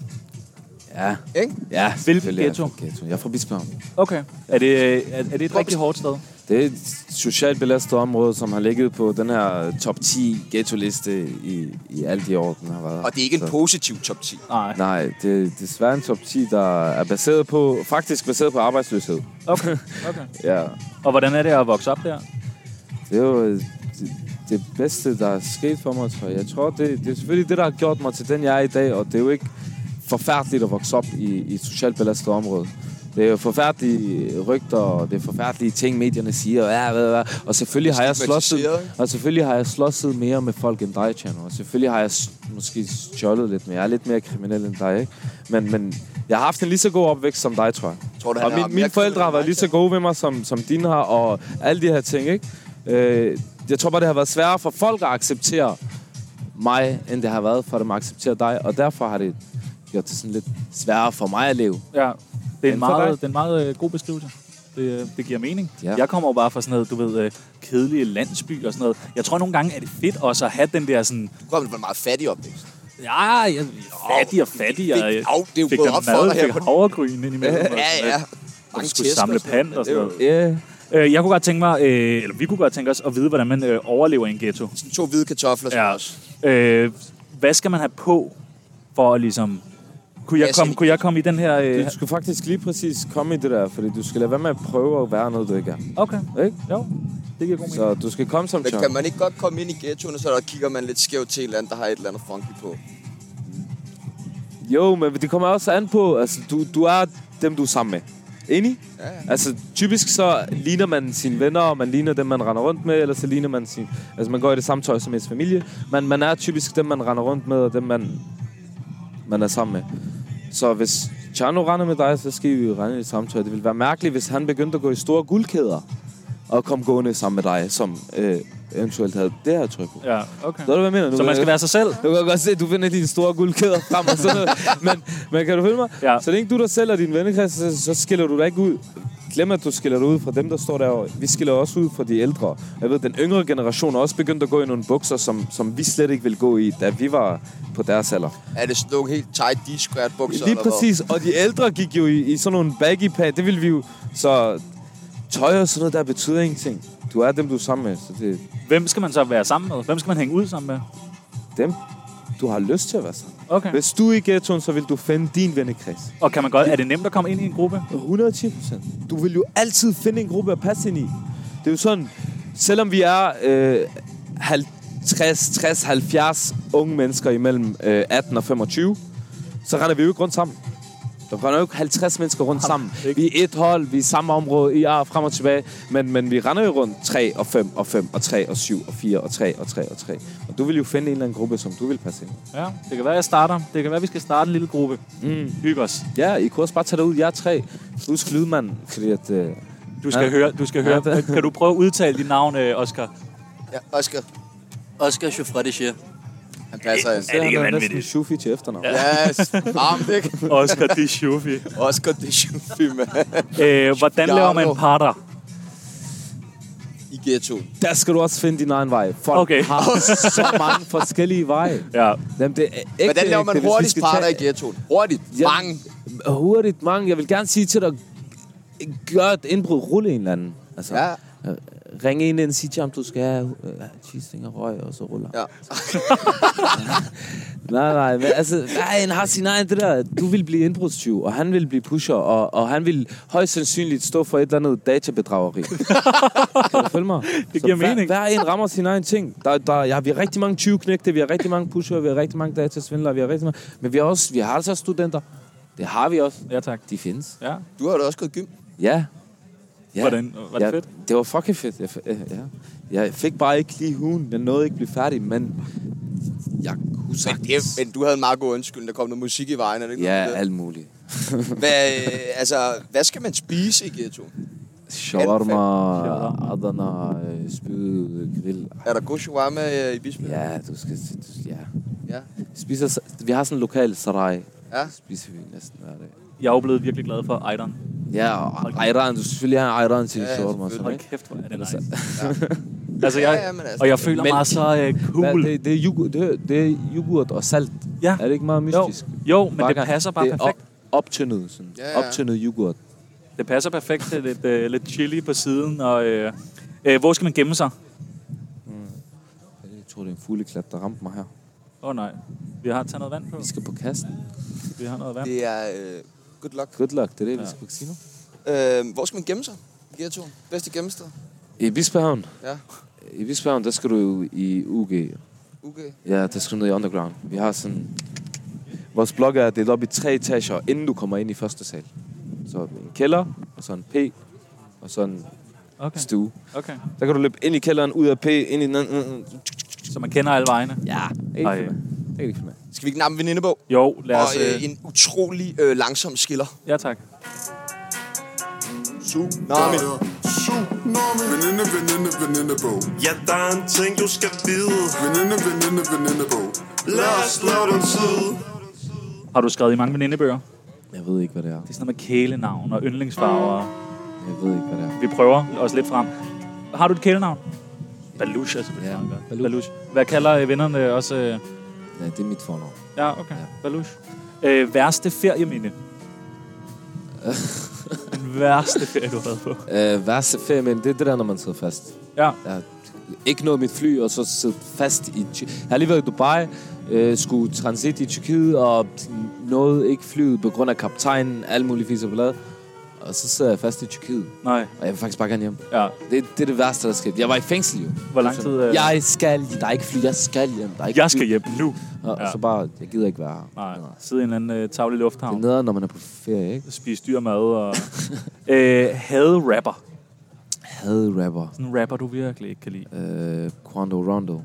Speaker 4: Ja,
Speaker 1: ikke?
Speaker 4: ja selvfølgelig er jeg
Speaker 3: ghetto?
Speaker 4: fra ghetto. Jeg er fra Bismarck.
Speaker 3: Okay. Er det, øh, er, er det et rigtig hårdt sted?
Speaker 4: Det er et socialt belastet område, som har ligget på den her top 10 ghetto-liste i, i alle de år, den har været.
Speaker 1: Og det er ikke en
Speaker 4: Så-
Speaker 1: positiv top 10.
Speaker 3: Nej.
Speaker 4: Nej, det er desværre en top 10, der er baseret på, faktisk baseret på arbejdsløshed.
Speaker 3: Okay. okay.
Speaker 4: Ja,
Speaker 3: *laughs* Og hvordan er det at vokse op der?
Speaker 4: det er jo øh, det, det bedste, der er sket for mig, tror jeg. Jeg tror, det, det er selvfølgelig det, der har gjort mig til den, jeg er i dag, og det er jo ikke forfærdeligt at vokse op i, i et socialt belastet område. Det er jo forfærdelige rygter, og det er forfærdelige ting, medierne siger, og, ja, hvad, hvad. og selvfølgelig har jeg slåsset,
Speaker 1: Stigmatiseret.
Speaker 4: og selvfølgelig har jeg slåsset mere med folk end dig, Chano. Og selvfølgelig har jeg s- måske stjålet lidt mere. Jeg er lidt mere kriminel end dig, ikke? Men, men jeg har haft en lige så god opvækst som dig, tror jeg.
Speaker 1: Tror du, han
Speaker 4: og
Speaker 1: har mere
Speaker 4: min, mine forældre har
Speaker 1: kriminel
Speaker 4: været
Speaker 1: end
Speaker 4: lige
Speaker 1: mig,
Speaker 4: så gode ved mig, som, som dine har, og alle de her ting, ikke? Øh, jeg tror bare, det har været sværere for folk at acceptere mig, end det har været for dem at acceptere dig. Og derfor har det gjort det sådan lidt sværere for mig at leve.
Speaker 3: Ja. Det er en
Speaker 4: Men for dig?
Speaker 3: meget, det er en meget øh, god beskrivelse. Det, øh, det giver mening.
Speaker 4: Ja.
Speaker 3: Jeg kommer jo bare fra sådan noget, du ved, øh, kedelige landsby og sådan noget. Jeg tror nogle gange, er det fedt også at have den der sådan,
Speaker 1: Du kommer fra en meget fattig opvækst.
Speaker 3: ja, jeg fattig og fattig. Og, øh,
Speaker 1: fik- Au, det er jo
Speaker 3: fik
Speaker 1: gået
Speaker 3: der
Speaker 1: op for
Speaker 3: mad,
Speaker 1: dig her
Speaker 3: fik
Speaker 1: på den-
Speaker 3: havregryn ind imellem. og sådan
Speaker 1: Ja,
Speaker 3: noget.
Speaker 1: ja.
Speaker 3: Og
Speaker 1: Mange
Speaker 3: skulle
Speaker 1: tester
Speaker 3: samle
Speaker 1: og sådan noget.
Speaker 3: pant og
Speaker 1: Det er
Speaker 3: sådan
Speaker 1: jo
Speaker 3: noget.
Speaker 4: Yeah.
Speaker 3: Øh, jeg kunne godt tænke mig, øh, eller vi kunne godt tænke os at vide, hvordan man øh, overlever i en ghetto.
Speaker 1: Sådan to hvide kartofler. Ja. Også.
Speaker 3: Øh, hvad skal man have på for at ligesom... Kunne jeg,
Speaker 1: Altså,
Speaker 3: komme, kunne jeg komme i den her... Øh,
Speaker 4: Du skal faktisk lige præcis komme i det der, fordi du skal lade være med at prøve at være noget, du ikke er.
Speaker 3: okay,
Speaker 4: Ikke?
Speaker 3: jo. Det giver god mening.
Speaker 4: Så du skal komme som
Speaker 1: Men
Speaker 4: Chano.
Speaker 1: kan man ikke godt komme ind i ghettoen, og så der kigger man lidt skævt til et eller andet, der har et eller andet funky på?
Speaker 4: Jo, men det kommer også an på, altså du, du er dem, du er sammen med. Enig?
Speaker 1: Ja, ja.
Speaker 4: Altså typisk så ligner man sine venner, og man ligner dem, man render rundt med, eller så ligner man sin... Altså man går i det samme tøj som ens familie, men man er typisk dem, man render rundt med, og dem, man, man er sammen med. Så hvis Chano render med dig, så skal I jo rende i det samme tøj. Det ville være mærkeligt, hvis han begyndte at gå i store guldkæder, og kom gående sammen med dig, som øh, eventuelt havde det her tøj på.
Speaker 3: Ja, okay.
Speaker 4: Ved du, hvad jeg mener? Nu
Speaker 3: Så man skal være sig selv?
Speaker 4: du kan godt se, at du finder dine store guldkæder frem og sådan noget. Men, men kan du følge mig?
Speaker 3: Ja.
Speaker 4: Så længe du dig selv og din vennekreds, så, så skiller du dig ikke ud. Glem, at du skiller dig ud fra dem, der står derovre. Vi skiller også ud fra de ældre. Jeg ved, den yngre generation er også begyndt at gå i nogle bukser, som, som vi slet ikke ville gå i, da vi var på deres alder.
Speaker 1: Er det sådan nogle helt tight D-squared bukser?
Speaker 4: Lige
Speaker 1: eller hvad?
Speaker 4: præcis. Og de ældre gik jo i, i sådan nogle baggy pants. Det ville vi jo... Så tøj og sådan noget, der betyder ingenting. Du er dem, du er sammen med. Så det er
Speaker 3: Hvem skal man så være sammen med? Hvem skal man hænge ud sammen med?
Speaker 4: dem, du har lyst til at være sammen. med.
Speaker 3: Okay.
Speaker 4: Hvis du er i ghettoen, så vil du finde din vennekreds.
Speaker 3: Og kan man godt, er det nemt at komme ind i en gruppe?
Speaker 4: 110 procent. Du vil jo altid finde en gruppe at passe ind i. Det er jo sådan, selvom vi er øh, 50, 60, 70 unge mennesker imellem øh, 18 og 25, så render vi jo ikke rundt sammen. Der render jo ikke 50 mennesker rundt *laughs* sammen.
Speaker 3: ikke.
Speaker 4: Vi er et hold, vi er i samme område, i er frem og tilbage. Men, men vi render jo rundt 3 og 5 og 5 og 3 og 7 og 4 og 3 og 3 og 3. Og du vil jo finde en eller anden gruppe, som du vil passe ind i.
Speaker 3: Ja, det kan være, jeg starter. Det kan være, vi skal starte en lille gruppe. Mm. Hygge os.
Speaker 4: Ja, I kunne også bare tage derud. Jeg er tre. Husk lydmanden, fordi at... Øh,
Speaker 3: Du skal ja.
Speaker 4: Ja.
Speaker 3: høre. Du skal høre.
Speaker 4: Ja, det-
Speaker 3: Kan du prøve at udtale dit navn, øh, *laughs* Oscar?
Speaker 1: Ja, Oscar.
Speaker 6: Oscar Chauffredichier.
Speaker 1: Han passer ind.
Speaker 4: det ikke vanvittigt? Næsten Shufi til efternavn. Ja.
Speaker 1: Yes, armt, ikke?
Speaker 3: Oscar de Shufi.
Speaker 1: Oscar, det er jo fy, mand.
Speaker 3: Øh, hvordan laver man parter?
Speaker 1: I ghettoen.
Speaker 4: Der skal du også finde din egen vej. Folk
Speaker 3: Okay.
Speaker 4: okay. har så mange forskellige veje.
Speaker 3: Ja.
Speaker 4: Jamen, det er ægte,
Speaker 1: Hvordan laver man
Speaker 4: ægte, hvis vi
Speaker 1: hurtigst
Speaker 4: skal
Speaker 1: parter i
Speaker 4: tage-
Speaker 1: ghettoen? Hurtigt.
Speaker 4: Jamen,
Speaker 1: Mange.
Speaker 4: Hurtigt, mange. Jeg vil gerne sige til dig, gør et indbrud, rulle en eller anden. Altså,
Speaker 1: Ja.
Speaker 4: øh, Ring en ind og sig til ham, du skal have øh, cheesing og røg, og så ruller.
Speaker 1: Ja.
Speaker 4: Nej, nej, men altså, nej, han har sin egen det der. Du vil blive indbrudstyv, og han vil blive pusher, og, og han vil højst sandsynligt stå for et eller andet
Speaker 3: *laughs*
Speaker 4: databedrageri. kan du følge mig?
Speaker 3: Det giver
Speaker 4: Så hver,
Speaker 3: mening.
Speaker 4: Hver en rammer sin egen ting. Der, der, ja, vi har rigtig mange tyvknægte, vi har rigtig mange pusher, vi har rigtig mange datasvindlere, vi har rigtig mange... Men vi har, også, vi har altså også studenter. Det har vi også.
Speaker 3: Ja, tak.
Speaker 4: De findes.
Speaker 3: Ja.
Speaker 1: Du har da også gået i gym.
Speaker 4: Ja. ja.
Speaker 3: Hvordan? Var det
Speaker 4: ja,
Speaker 3: fedt?
Speaker 4: Det var fucking fedt. Jeg, f- øh, ja. jeg fik bare ikke lige hun. Jeg nåede ikke at blive færdig, men jeg kunne
Speaker 1: Men,
Speaker 4: sagtens.
Speaker 1: det, men du havde en meget god undskyldning. Der kom noget musik i vejen, er det ikke?
Speaker 4: Ja,
Speaker 1: noget, det?
Speaker 4: alt muligt.
Speaker 1: Hvad, øh, altså, hvad skal man spise i ghettoen?
Speaker 4: Shawarma,
Speaker 3: Shawarma.
Speaker 4: Adana, øh, spyd, grill.
Speaker 1: Er der god shawarma øh, i Bisbjerg?
Speaker 4: Ja, du skal... Du, ja.
Speaker 1: Ja.
Speaker 4: Spiser, sa- vi har sådan en lokal sarai.
Speaker 1: Ja.
Speaker 4: Spiser vi næsten hver dag.
Speaker 3: Jeg er jo blevet virkelig glad for Ejderen.
Speaker 4: Ja, og ejran. Du skal selvfølgelig have ejran til
Speaker 1: Ja,
Speaker 4: ja,
Speaker 1: ja,
Speaker 4: shawarma. og Sådan,
Speaker 3: Hold
Speaker 4: ikke?
Speaker 3: kæft, hvor er det nice.
Speaker 4: *laughs*
Speaker 1: Ja,
Speaker 3: Altså, jeg,
Speaker 1: ja, ja, men altså-
Speaker 3: og jeg føler
Speaker 4: Men-
Speaker 3: mig så uh,
Speaker 4: Hvad,
Speaker 3: cool.
Speaker 4: det, det, er yoghurt, det, er- det er yoghurt og salt.
Speaker 3: Ja.
Speaker 4: Er det ikke meget
Speaker 3: Jo,
Speaker 4: mystisk?
Speaker 3: jo, men det
Speaker 4: Bare-
Speaker 3: passer bare
Speaker 4: det er
Speaker 3: perfekt.
Speaker 4: Op, optyndet, sådan.
Speaker 1: Ja,
Speaker 4: Ja,
Speaker 1: ja.
Speaker 4: ja. Optyndet yoghurt.
Speaker 3: Det passer perfekt til lidt, uh, lidt chili på siden. Og, uh, uh, hvor skal man gemme sig?
Speaker 4: Jeg tror, det er en fugleklat, der ramte mig her.
Speaker 3: Åh oh, nej, vi har taget noget vand på.
Speaker 4: Vi skal på kassen.
Speaker 3: Vi har noget vand.
Speaker 1: Det er øh, good luck.
Speaker 4: Good luck, det er det, ja.
Speaker 3: Ja.
Speaker 4: vi skal på casino.
Speaker 1: Øh, hvor skal man gemme sig? I ghettoen. Bedste gemmested?
Speaker 4: I Bispehavn.
Speaker 1: Ja.
Speaker 4: I Bispehavn, der skal du jo i UG.
Speaker 1: Okay.
Speaker 4: Ja, der skal du ned i underground. Vi har sådan... Vores blok er delt op i tre etager, inden du kommer ind i første sal. Så en kælder, og så en P, og så en
Speaker 3: Okay,
Speaker 4: stue.
Speaker 3: okay.
Speaker 4: Der kan du løbe ind i kælderen, ud af P, ind i den anden.
Speaker 3: Så man kender alle vejene.
Speaker 4: Ja,
Speaker 3: Ej.
Speaker 4: ikke for ikke for mig.
Speaker 1: Skal vi ikke nappe en venindebog?
Speaker 3: Jo, lad
Speaker 1: Og
Speaker 3: os...
Speaker 1: øh, en utrolig øh, langsom skiller.
Speaker 3: ja, tak.
Speaker 1: Tsunami.
Speaker 2: Tsunami.
Speaker 7: Veninde, veninde, veninde bog.
Speaker 2: Ja, der er en ting, du skal vide.
Speaker 7: Veninde, veninde, veninde bog.
Speaker 2: Lad os lave den tid.
Speaker 3: Har du skrevet i mange venindebøger?
Speaker 4: Jeg ved ikke, hvad det er.
Speaker 3: Det er sådan noget med kælenavn og yndlingsfarver.
Speaker 4: Jeg ved ikke, hvad det er.
Speaker 3: Vi prøver os lidt frem. Har du et kælenavn? Balush er selvfølgelig
Speaker 4: Ja,
Speaker 3: meget godt.
Speaker 4: Balush.
Speaker 3: Balush. Hvad kalder øh, vennerne også? øh,
Speaker 4: Nej, det er mit fornavn.
Speaker 3: Ja, okay. Balush. Øh, værste *laughs* ferieminde? Den værste ferie, du har været på.
Speaker 4: Øh, værste ferie, men det er det der, når man sidder fast.
Speaker 3: Ja,
Speaker 4: Jeg ikke noget mit fly, og så sidde fast i... Ty- jeg har lige været i Dubai, øh, skulle transit i Tyrkiet, og nåede ikke flyet på grund af kaptajnen, alle mulige fisk og blad. Og så sidder jeg fast i Tyrkiet,
Speaker 3: nej.
Speaker 4: og jeg vil faktisk bare gerne hjem.
Speaker 3: Ja.
Speaker 4: Det, det er det værste, der er sket. Jeg var i fængsel jo.
Speaker 3: Hvor lang tid, øh,
Speaker 4: Jeg skal... Der er ikke fly, jeg skal hjem. Der er ikke
Speaker 3: Jeg skal
Speaker 4: fly.
Speaker 3: hjem nu.
Speaker 4: Og,
Speaker 3: Ja.
Speaker 4: og så bare, jeg gider ikke være her.
Speaker 3: Nej, sidde i en eller anden øh, tavle
Speaker 4: Det er
Speaker 3: lufthavn.
Speaker 4: nederen, når man er på ferie, ikke?
Speaker 3: Spise dyr mad og... *laughs* øh, hade rapper.
Speaker 4: Had rapper.
Speaker 3: Sådan en rapper, du virkelig ikke kan lide.
Speaker 4: Øh, Quando Rondo.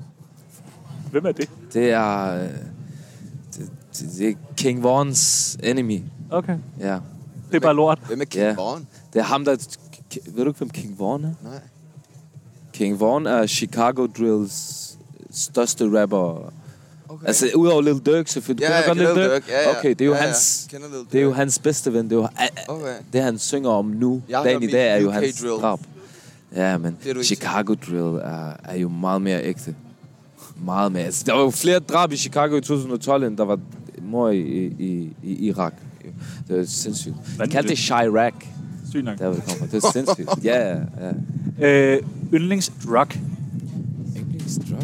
Speaker 3: Hvem er det?
Speaker 4: Det er... øh, Det, det, det er King Vons enemy.
Speaker 3: Okay.
Speaker 4: Ja.
Speaker 3: Det er bare lort.
Speaker 1: Hvem er
Speaker 4: Ja.
Speaker 1: Kim Born?
Speaker 4: Det er ham, der... K- Ved du ikke, hvem King Vaughn er?
Speaker 1: Nej.
Speaker 4: King Vaughn er Chicago Drills største rapper.
Speaker 1: Okay.
Speaker 4: Altså, udover Lil Durk,
Speaker 1: ja,
Speaker 4: selvfølgelig. Kender
Speaker 1: jeg
Speaker 4: du godt
Speaker 1: kender
Speaker 4: Lil
Speaker 1: Dirk. Ja, ja.
Speaker 4: Okay, det er jo
Speaker 1: ja, ja.
Speaker 4: hans...
Speaker 1: Kender Lil
Speaker 4: Det er jo
Speaker 1: Durk.
Speaker 4: hans bedste ven. Det, er jo, a- a-
Speaker 1: Okay.
Speaker 4: det han synger om nu,
Speaker 1: Jeg har
Speaker 4: dagen i
Speaker 1: hørt
Speaker 4: dag, er jo
Speaker 1: UK
Speaker 4: hans
Speaker 1: drill.
Speaker 4: drab. Ja, men
Speaker 1: Det er du ikke
Speaker 4: Chicago Drill er, er jo meget mere ægte. Meget mere. Altså, der var jo flere drab i Chicago i 2012, end der var mor i, i, i Irak. Det er sindssygt. De kaldte det Chirac,
Speaker 3: Sygt nok.
Speaker 4: der hvor det kommer. Det er *laughs* sindssygt. Ja, ja, ja.
Speaker 3: Øh, yndlingsdrug.
Speaker 4: Yndlingsdrug?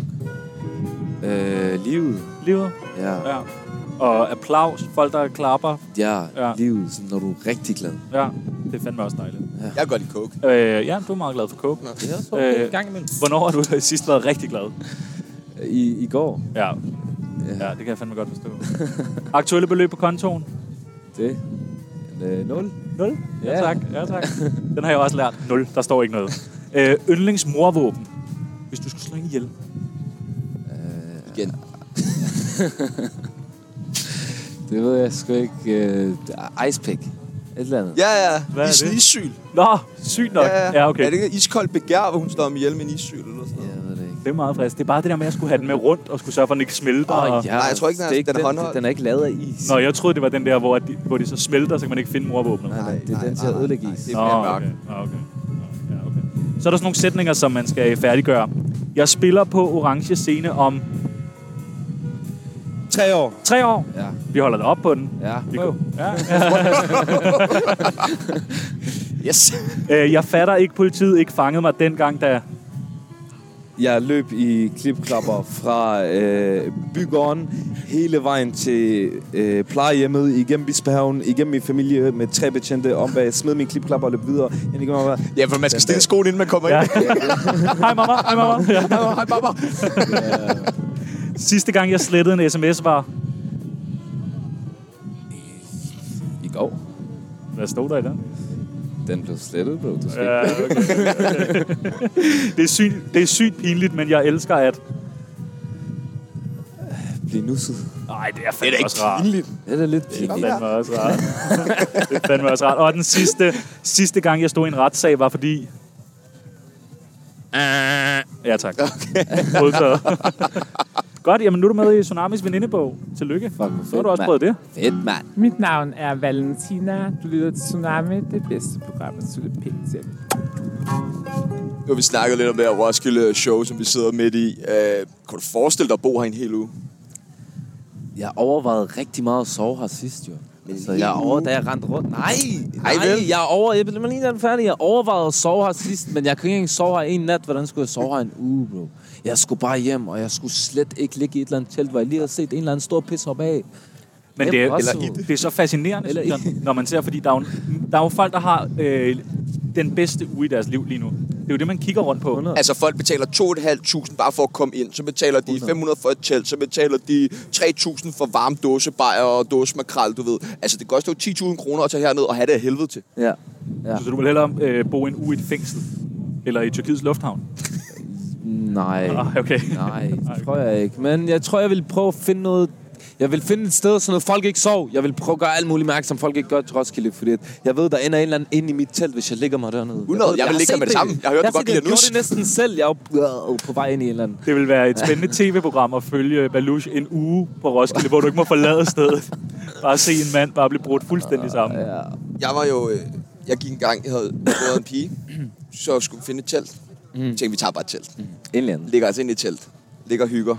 Speaker 4: Øh, livet.
Speaker 3: Livet.
Speaker 4: Ja.
Speaker 3: Ja. Og applaus. Folk, der klapper.
Speaker 4: Ja,
Speaker 3: Ja.
Speaker 4: ja. livet, sådan, når du er rigtig glad.
Speaker 3: Ja, det er fandme også dejligt.
Speaker 1: Jeg kan godt lide coke.
Speaker 3: Øh, ja, du er meget glad for coke. Øh, hvornår har du sidst været rigtig glad?
Speaker 4: I, I går,
Speaker 3: Ja. ja, det kan jeg fandme godt forstå. Aktuelle beløb på kontoen?
Speaker 4: det en, øh, 0.
Speaker 3: 0. Ja,
Speaker 4: Ja.
Speaker 3: tak. Ja, tak. Den har jeg også lært. 0. Der står ikke noget. Øh, yndlingsmorvåben. Hvis du skulle slå en ihjel.
Speaker 1: Igen.
Speaker 4: Det ved jeg sgu ikke. Øh, icepick. Et eller andet.
Speaker 1: Ja, ja.
Speaker 3: Hvad er
Speaker 1: Is,
Speaker 3: det?
Speaker 1: Issyl.
Speaker 3: Nå, sygt nok. Ja, ja. ja okay.
Speaker 1: Er det ikke iskold begær, hvor hun slår ham ihjel med en issyl eller sådan noget?
Speaker 4: Jeg ved det ikke.
Speaker 3: Det er meget frisk. Det er bare det der med, at jeg skulle have den med rundt, og skulle sørge for, at den ikke smelter. og-
Speaker 1: Nej, jeg tror ikke, den er-
Speaker 4: det
Speaker 1: den er håndholdt.
Speaker 4: Den er ikke lavet af is.
Speaker 3: Nå, jeg troede, det var den der, hvor de, hvor de så smelter, så kan man ikke finde morvåbnet.
Speaker 4: Nej, nej, det er
Speaker 1: nej,
Speaker 4: den til at
Speaker 1: nej,
Speaker 4: ødelægge
Speaker 1: nej,
Speaker 4: is.
Speaker 1: det
Speaker 3: Nå,
Speaker 1: er mere mørk.
Speaker 3: okay. Nå, okay. Nå, ja, okay. Så er der sådan nogle sætninger, som man skal færdiggøre. Jeg spiller på orange scene om
Speaker 4: Tre år.
Speaker 3: tre år.
Speaker 4: Ja.
Speaker 3: Vi holder dig op på den.
Speaker 4: Ja.
Speaker 3: Vi
Speaker 4: Prøv.
Speaker 3: ja.
Speaker 1: Yes.
Speaker 3: Øh, jeg fatter ikke, politiet ikke fangede mig dengang, da...
Speaker 4: Jeg løb i klipklapper fra øh, bygården hele vejen til øh, plejehjemmet, igennem Bispehaven, igennem min familie med tre betjente om bag. Smed mine klipklapper og løb videre. Ind igennem mig.
Speaker 1: Ja, for man skal stille skoen, inden man kommer
Speaker 3: Ja.
Speaker 1: ind.
Speaker 3: Hej mamma, hej mamma. Ja.
Speaker 1: Hej, mamma.
Speaker 3: *laughs* Sidste gang, jeg slettede en sms, var...
Speaker 4: I går.
Speaker 3: Hvad stod der i den?
Speaker 4: Den blev slettet, bro. Du skal
Speaker 3: Ja, okay. det, er sygt, det er sygt pinligt, men jeg elsker at...
Speaker 4: blive nusset.
Speaker 3: Nej, det er
Speaker 1: Det er da
Speaker 3: fandme også
Speaker 1: ikke
Speaker 3: rart.
Speaker 1: pinligt.
Speaker 4: Det er lidt
Speaker 3: Det
Speaker 4: pinligt.
Speaker 3: er fandme også rart. *laughs* det er fandme også rart. Og den sidste, sidste gang, jeg stod i en retssag, var fordi... Ja, tak. *laughs* Okay. Godt, jamen nu er du med i Tsunamis venindebog. Tillykke.
Speaker 4: hvor
Speaker 3: Så har
Speaker 4: fedt,
Speaker 3: du også
Speaker 4: mand.
Speaker 3: prøvet det.
Speaker 4: Fedt, mand.
Speaker 5: Øh, Mit navn er Valentina. Du lytter til Tsunami, det bedste program, at slutte pænt til.
Speaker 1: Nu har vi snakket lidt om det her Roskilde øh, show, som vi sidder midt i. Øh, kunne du forestille dig at bo her en hel uge?
Speaker 4: Jeg overvejede rigtig meget at sove her sidst, jo. Så jeg over, da jeg rendte rundt. Nej, nej,
Speaker 1: vel?
Speaker 4: jeg over, jeg blev lige den færdig. Jeg overvejede at sove her sidst, men jeg kunne ikke engang sove her en nat. Hvordan skulle jeg sove her en uge, bro? Jeg skulle bare hjem, og jeg skulle slet ikke ligge i et eller andet telt, hvor jeg lige havde set en eller anden stor pis hoppe af.
Speaker 3: Men
Speaker 4: Hvem
Speaker 3: det er,
Speaker 4: også?
Speaker 3: eller, det er så fascinerende,
Speaker 4: Eller
Speaker 3: eller, når man ser, fordi der er jo, der er jo folk, der har øh, den bedste uge i deres liv lige nu. Det er jo det, man kigger rundt på.
Speaker 4: 100.
Speaker 1: Altså folk betaler 2.500 bare for at komme ind. Så betaler de 500 for et telt. Så betaler de 3.000 for varme dåsebajer og dåsemakrel, du ved. Altså det koster jo 10.000 kroner at tage herned og have det af helvede til.
Speaker 4: Ja. ja.
Speaker 3: Så du vil hellere øh, bo en uge i et fængsel? Eller i Tyrkiets lufthavn?
Speaker 4: Nej.
Speaker 3: Ah, okay. *laughs*
Speaker 4: Nej, det tror jeg ikke. Men jeg tror, jeg vil prøve at finde noget... Jeg vil finde et sted, så noget folk ikke sov. Jeg vil prøve at gøre alt muligt mærke, som folk ikke gør til Roskilde. Fordi at jeg ved, der ender en eller anden inde i mit telt, hvis jeg ligger mig dernede.
Speaker 1: 100. Jeg vil
Speaker 4: har
Speaker 1: ligge der
Speaker 4: set
Speaker 1: med det samme. Jeg har hørt,
Speaker 4: har
Speaker 1: du godt kan
Speaker 4: set
Speaker 1: lide at
Speaker 4: Jeg gjorde det næsten selv. Jeg er jo øh, på vej ind i en eller anden.
Speaker 3: Det vil være et
Speaker 4: *laughs*
Speaker 3: spændende tv-program at følge Balush en uge på Roskilde, hvor du ikke må forlade stedet. Bare se en mand bare blive brudt fuldstændig sammen.
Speaker 4: Ah, Ja.
Speaker 1: Jeg var jo... Øh, jeg gik engang, jeg havde fået en pige. Så skulle vi finde et telt. Mm. Tænkte, vi tager bare et telt. Mm.
Speaker 4: En eller anden.
Speaker 1: Ligger altså ind i et telt. Ligger og hygger.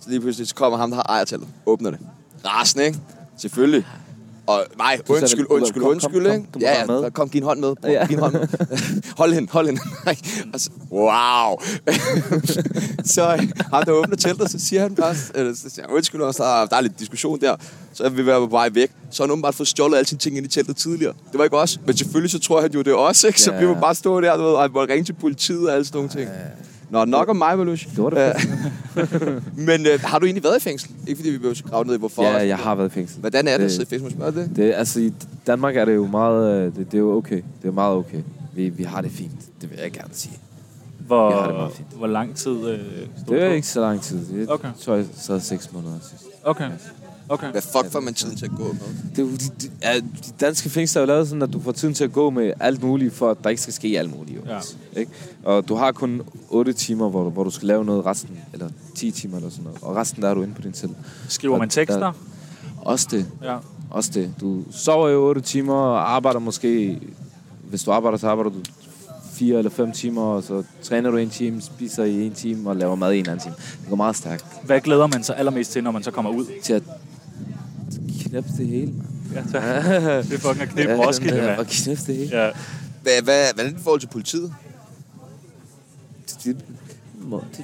Speaker 1: Så lige pludselig så kommer ham, der har ejerteltet. Åbner det. Rasende, ikke? Selvfølgelig. Og nej,
Speaker 4: det,
Speaker 1: undskyld,
Speaker 4: Ulrik,
Speaker 1: undskyld,
Speaker 4: kom, kom,
Speaker 1: undskyld,
Speaker 4: kom,
Speaker 1: ikke?
Speaker 4: kom,
Speaker 1: Ja,
Speaker 4: kom med.
Speaker 1: ja, kom, giv en hånd med. Prøv,
Speaker 4: Ja.
Speaker 1: ja. Giv en hånd med. *laughs* Hold hende, hold hende. Nej. Og så, wow. *laughs* så øh, ham, der åbner teltet, så siger han bare, eller, så siger, han, undskyld også, der er, der er lidt diskussion der. Så er vi været på vej væk. Så har han åbenbart fået stjålet alle sine ting ind i teltet tidligere. Det var ikke os, men selvfølgelig så tror han jo, det er os, ikke? Så
Speaker 4: Ja.
Speaker 1: vi må bare stå der, du ved, og han måtte ringe til politiet og alle sådan nogle ting. Nå, nok om mig, Valush.
Speaker 4: Det var det
Speaker 1: *laughs* Men øh, har du egentlig været i fængsel? Ikke fordi vi behøver at grave ned i, hvorfor.
Speaker 4: Ja, Øh. jeg har været i fængsel.
Speaker 1: Hvordan er det at
Speaker 4: Det-
Speaker 1: sidde i fængsel? Må jeg spørge det?
Speaker 4: Det, altså, i Danmark er det jo meget... øh, Det, det er jo okay. Det er meget okay. Vi, vi har det fint. Det vil jeg gerne sige.
Speaker 3: Hvor,
Speaker 4: Jeg har det meget fint.
Speaker 3: hvor lang tid øh, stod
Speaker 4: Det
Speaker 3: du
Speaker 4: er
Speaker 3: på?
Speaker 4: ikke så lang tid. Det
Speaker 3: Okay.
Speaker 4: tror jeg sad seks måneder sidst.
Speaker 3: Okay. okay.
Speaker 1: Hvad fuck får man tiden til at gå med?
Speaker 4: Det, er jo- de, de, ja, de danske fængsler er jo lavet sådan, at du får tiden til at gå med alt muligt, for at der ikke skal ske alt muligt. Jo.
Speaker 3: Ja.
Speaker 4: Ikke? Og du har kun 8 timer, hvor du, hvor du skal lave noget resten, eller 10 timer eller sådan noget. Og resten, der er du inde på din selv.
Speaker 3: Skriver man tekster?
Speaker 4: Også det.
Speaker 3: Ja.
Speaker 4: Også det. Du sover jo 8 timer og arbejder måske... Hvis du arbejder, så arbejder du 4 eller 5 timer, og så træner du en time, spiser i en time og laver mad i en anden time. Det går meget stærkt
Speaker 3: Hvad glæder man sig allermest til, når man så kommer ud?
Speaker 4: til at knæppe det hele, mand.
Speaker 3: Ja, tak. *laughs* Det er fucking at knippe Roskilde,
Speaker 4: Ja, Og
Speaker 3: mand.
Speaker 4: knæppe det hele.
Speaker 3: Ja.
Speaker 1: Hvad, hvad, hvad er det i forhold til politiet?
Speaker 4: Det, det,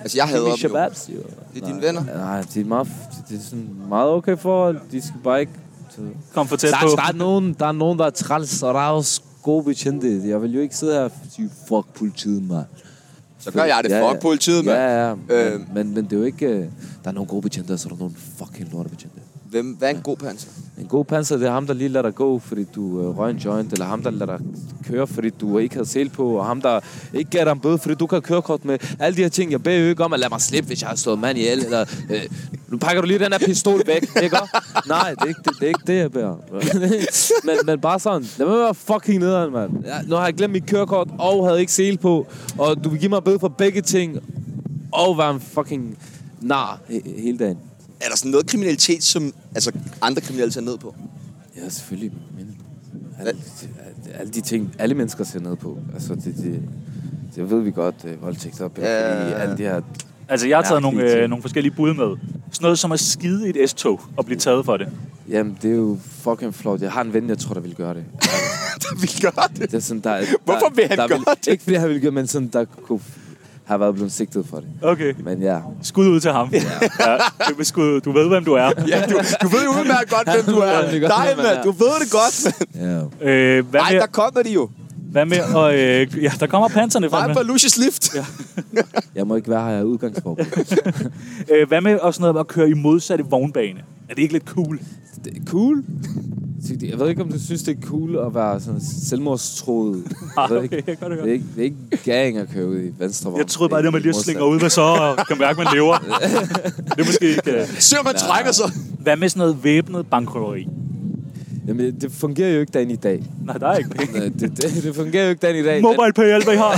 Speaker 1: Altså, jeg hader dem jo.
Speaker 4: shababs, jo.
Speaker 1: Det er dine venner.
Speaker 4: Nej, det er meget, det er sådan meget okay for, de skal bare ikke... Så. Der,
Speaker 3: Kom for tæt på.
Speaker 4: der, er nogen, der er nogen, der er træls, og der er også gode betjente. Jeg vil jo ikke sidde her og sige, fuck politiet, mand.
Speaker 1: Så gør jeg det.
Speaker 4: Ja,
Speaker 1: Fuck politiet, mand.
Speaker 4: Ja, ja,
Speaker 1: Øh.
Speaker 4: men, men, men det er jo ikke... øh, Der er nogle gode betjente, og så er der nogle fucking lorte betjente.
Speaker 1: Hvem, hvad er en god panser?
Speaker 4: En god panser, det er ham, der lige lader dig gå, fordi du øh, røg en joint, eller ham, der lader dig køre, fordi du ikke havde sel på, og ham, der ikke gav dig en bøde, fordi du ikke har kørekort med. Alle de her ting, jeg beder jo ikke om at lade mig slippe, hvis jeg har slået mand ihjel, eller øh, nu pakker du lige den her pistol væk, ikke også? Nej, det er ikke det, det, er ikke det jeg beder. om. *laughs* men, men bare sådan, lad mig være fucking nederen, mand. Ja, nu har jeg glemt mit kørekort, og havde ikke sel på, og du vil give mig en bøde for begge ting, og være en fucking nar he- hele dagen.
Speaker 1: Er der sådan noget kriminalitet, som altså, andre kriminelle tager ned
Speaker 4: *laughs*
Speaker 1: på?
Speaker 4: Ja, selvfølgelig. Men alle, alle de ting, alle mennesker ser ned på. Altså, det, det, det ved vi godt, øh, voldtægt og pædofili,
Speaker 1: Ja.
Speaker 4: alle de her...
Speaker 3: Altså, jeg har taget nogle,
Speaker 4: Mærkelige
Speaker 3: øh,
Speaker 4: ting.
Speaker 3: nogle forskellige bud med. Sådan noget som at skide i et S-tog og blive taget for det.
Speaker 4: Jamen, det er jo fucking flot. Jeg har en ven, jeg tror, der vil gøre det.
Speaker 1: der vil gøre det.
Speaker 4: det er sådan, der, der,
Speaker 1: *laughs* Hvorfor vil han
Speaker 4: der
Speaker 1: gøre det?
Speaker 4: Ikke fordi han ville gøre men sådan, der kunne have været blevet sigtet for det.
Speaker 3: Okay.
Speaker 4: Men ja,
Speaker 3: Skud ud til ham. Ja. ja. Det er skud. Du ved, hvem du er.
Speaker 1: Ja, du, du ved jo udmærket godt, hvem du
Speaker 4: *laughs* Ja,
Speaker 1: er.
Speaker 4: det er godt,
Speaker 1: Nej,
Speaker 4: hvem man
Speaker 1: mand.
Speaker 4: er.
Speaker 1: Du ved det godt, mand.
Speaker 4: ja.
Speaker 3: Øh, hvad,
Speaker 1: Nej,
Speaker 3: med,
Speaker 1: der kommer de jo.
Speaker 3: hvad med... Og, øh, ja, der kommer panserne
Speaker 1: Nej, på
Speaker 3: fra
Speaker 1: Lucius Lift. Ja.
Speaker 4: Jeg må ikke være her, jeg er *laughs* udgangsforbud.
Speaker 3: øh, Hvad med også noget med at køre i modsatte vognbane? Er det ikke lidt cool?
Speaker 4: Det er cool. Så det- Jeg ved ikke, om du synes, det er cool at være sådan selvmordstroet.
Speaker 1: *laughs*
Speaker 4: Jeg ved ikke,
Speaker 3: jeg gør det
Speaker 4: det, er ikke, det er ikke gang at køre ud i venstre vogn.
Speaker 3: Jeg troede bare, det var, man lige slinger ud, hvad så og kan mærke, man lever. det er måske ikke... øh.
Speaker 1: Se, om man trækker
Speaker 4: *laughs*
Speaker 1: sig.
Speaker 3: Hvad med sådan noget væbnet bankrøveri?
Speaker 4: Jamen, det- det fungerer jo ikke dagen i dag.
Speaker 3: Nej, der er ikke penge.
Speaker 4: Øh, Det, det, *laughs* det fungerer jo ikke dagen i
Speaker 3: *laughs*
Speaker 4: dag.
Speaker 3: Mobile pay, alt hvad I har.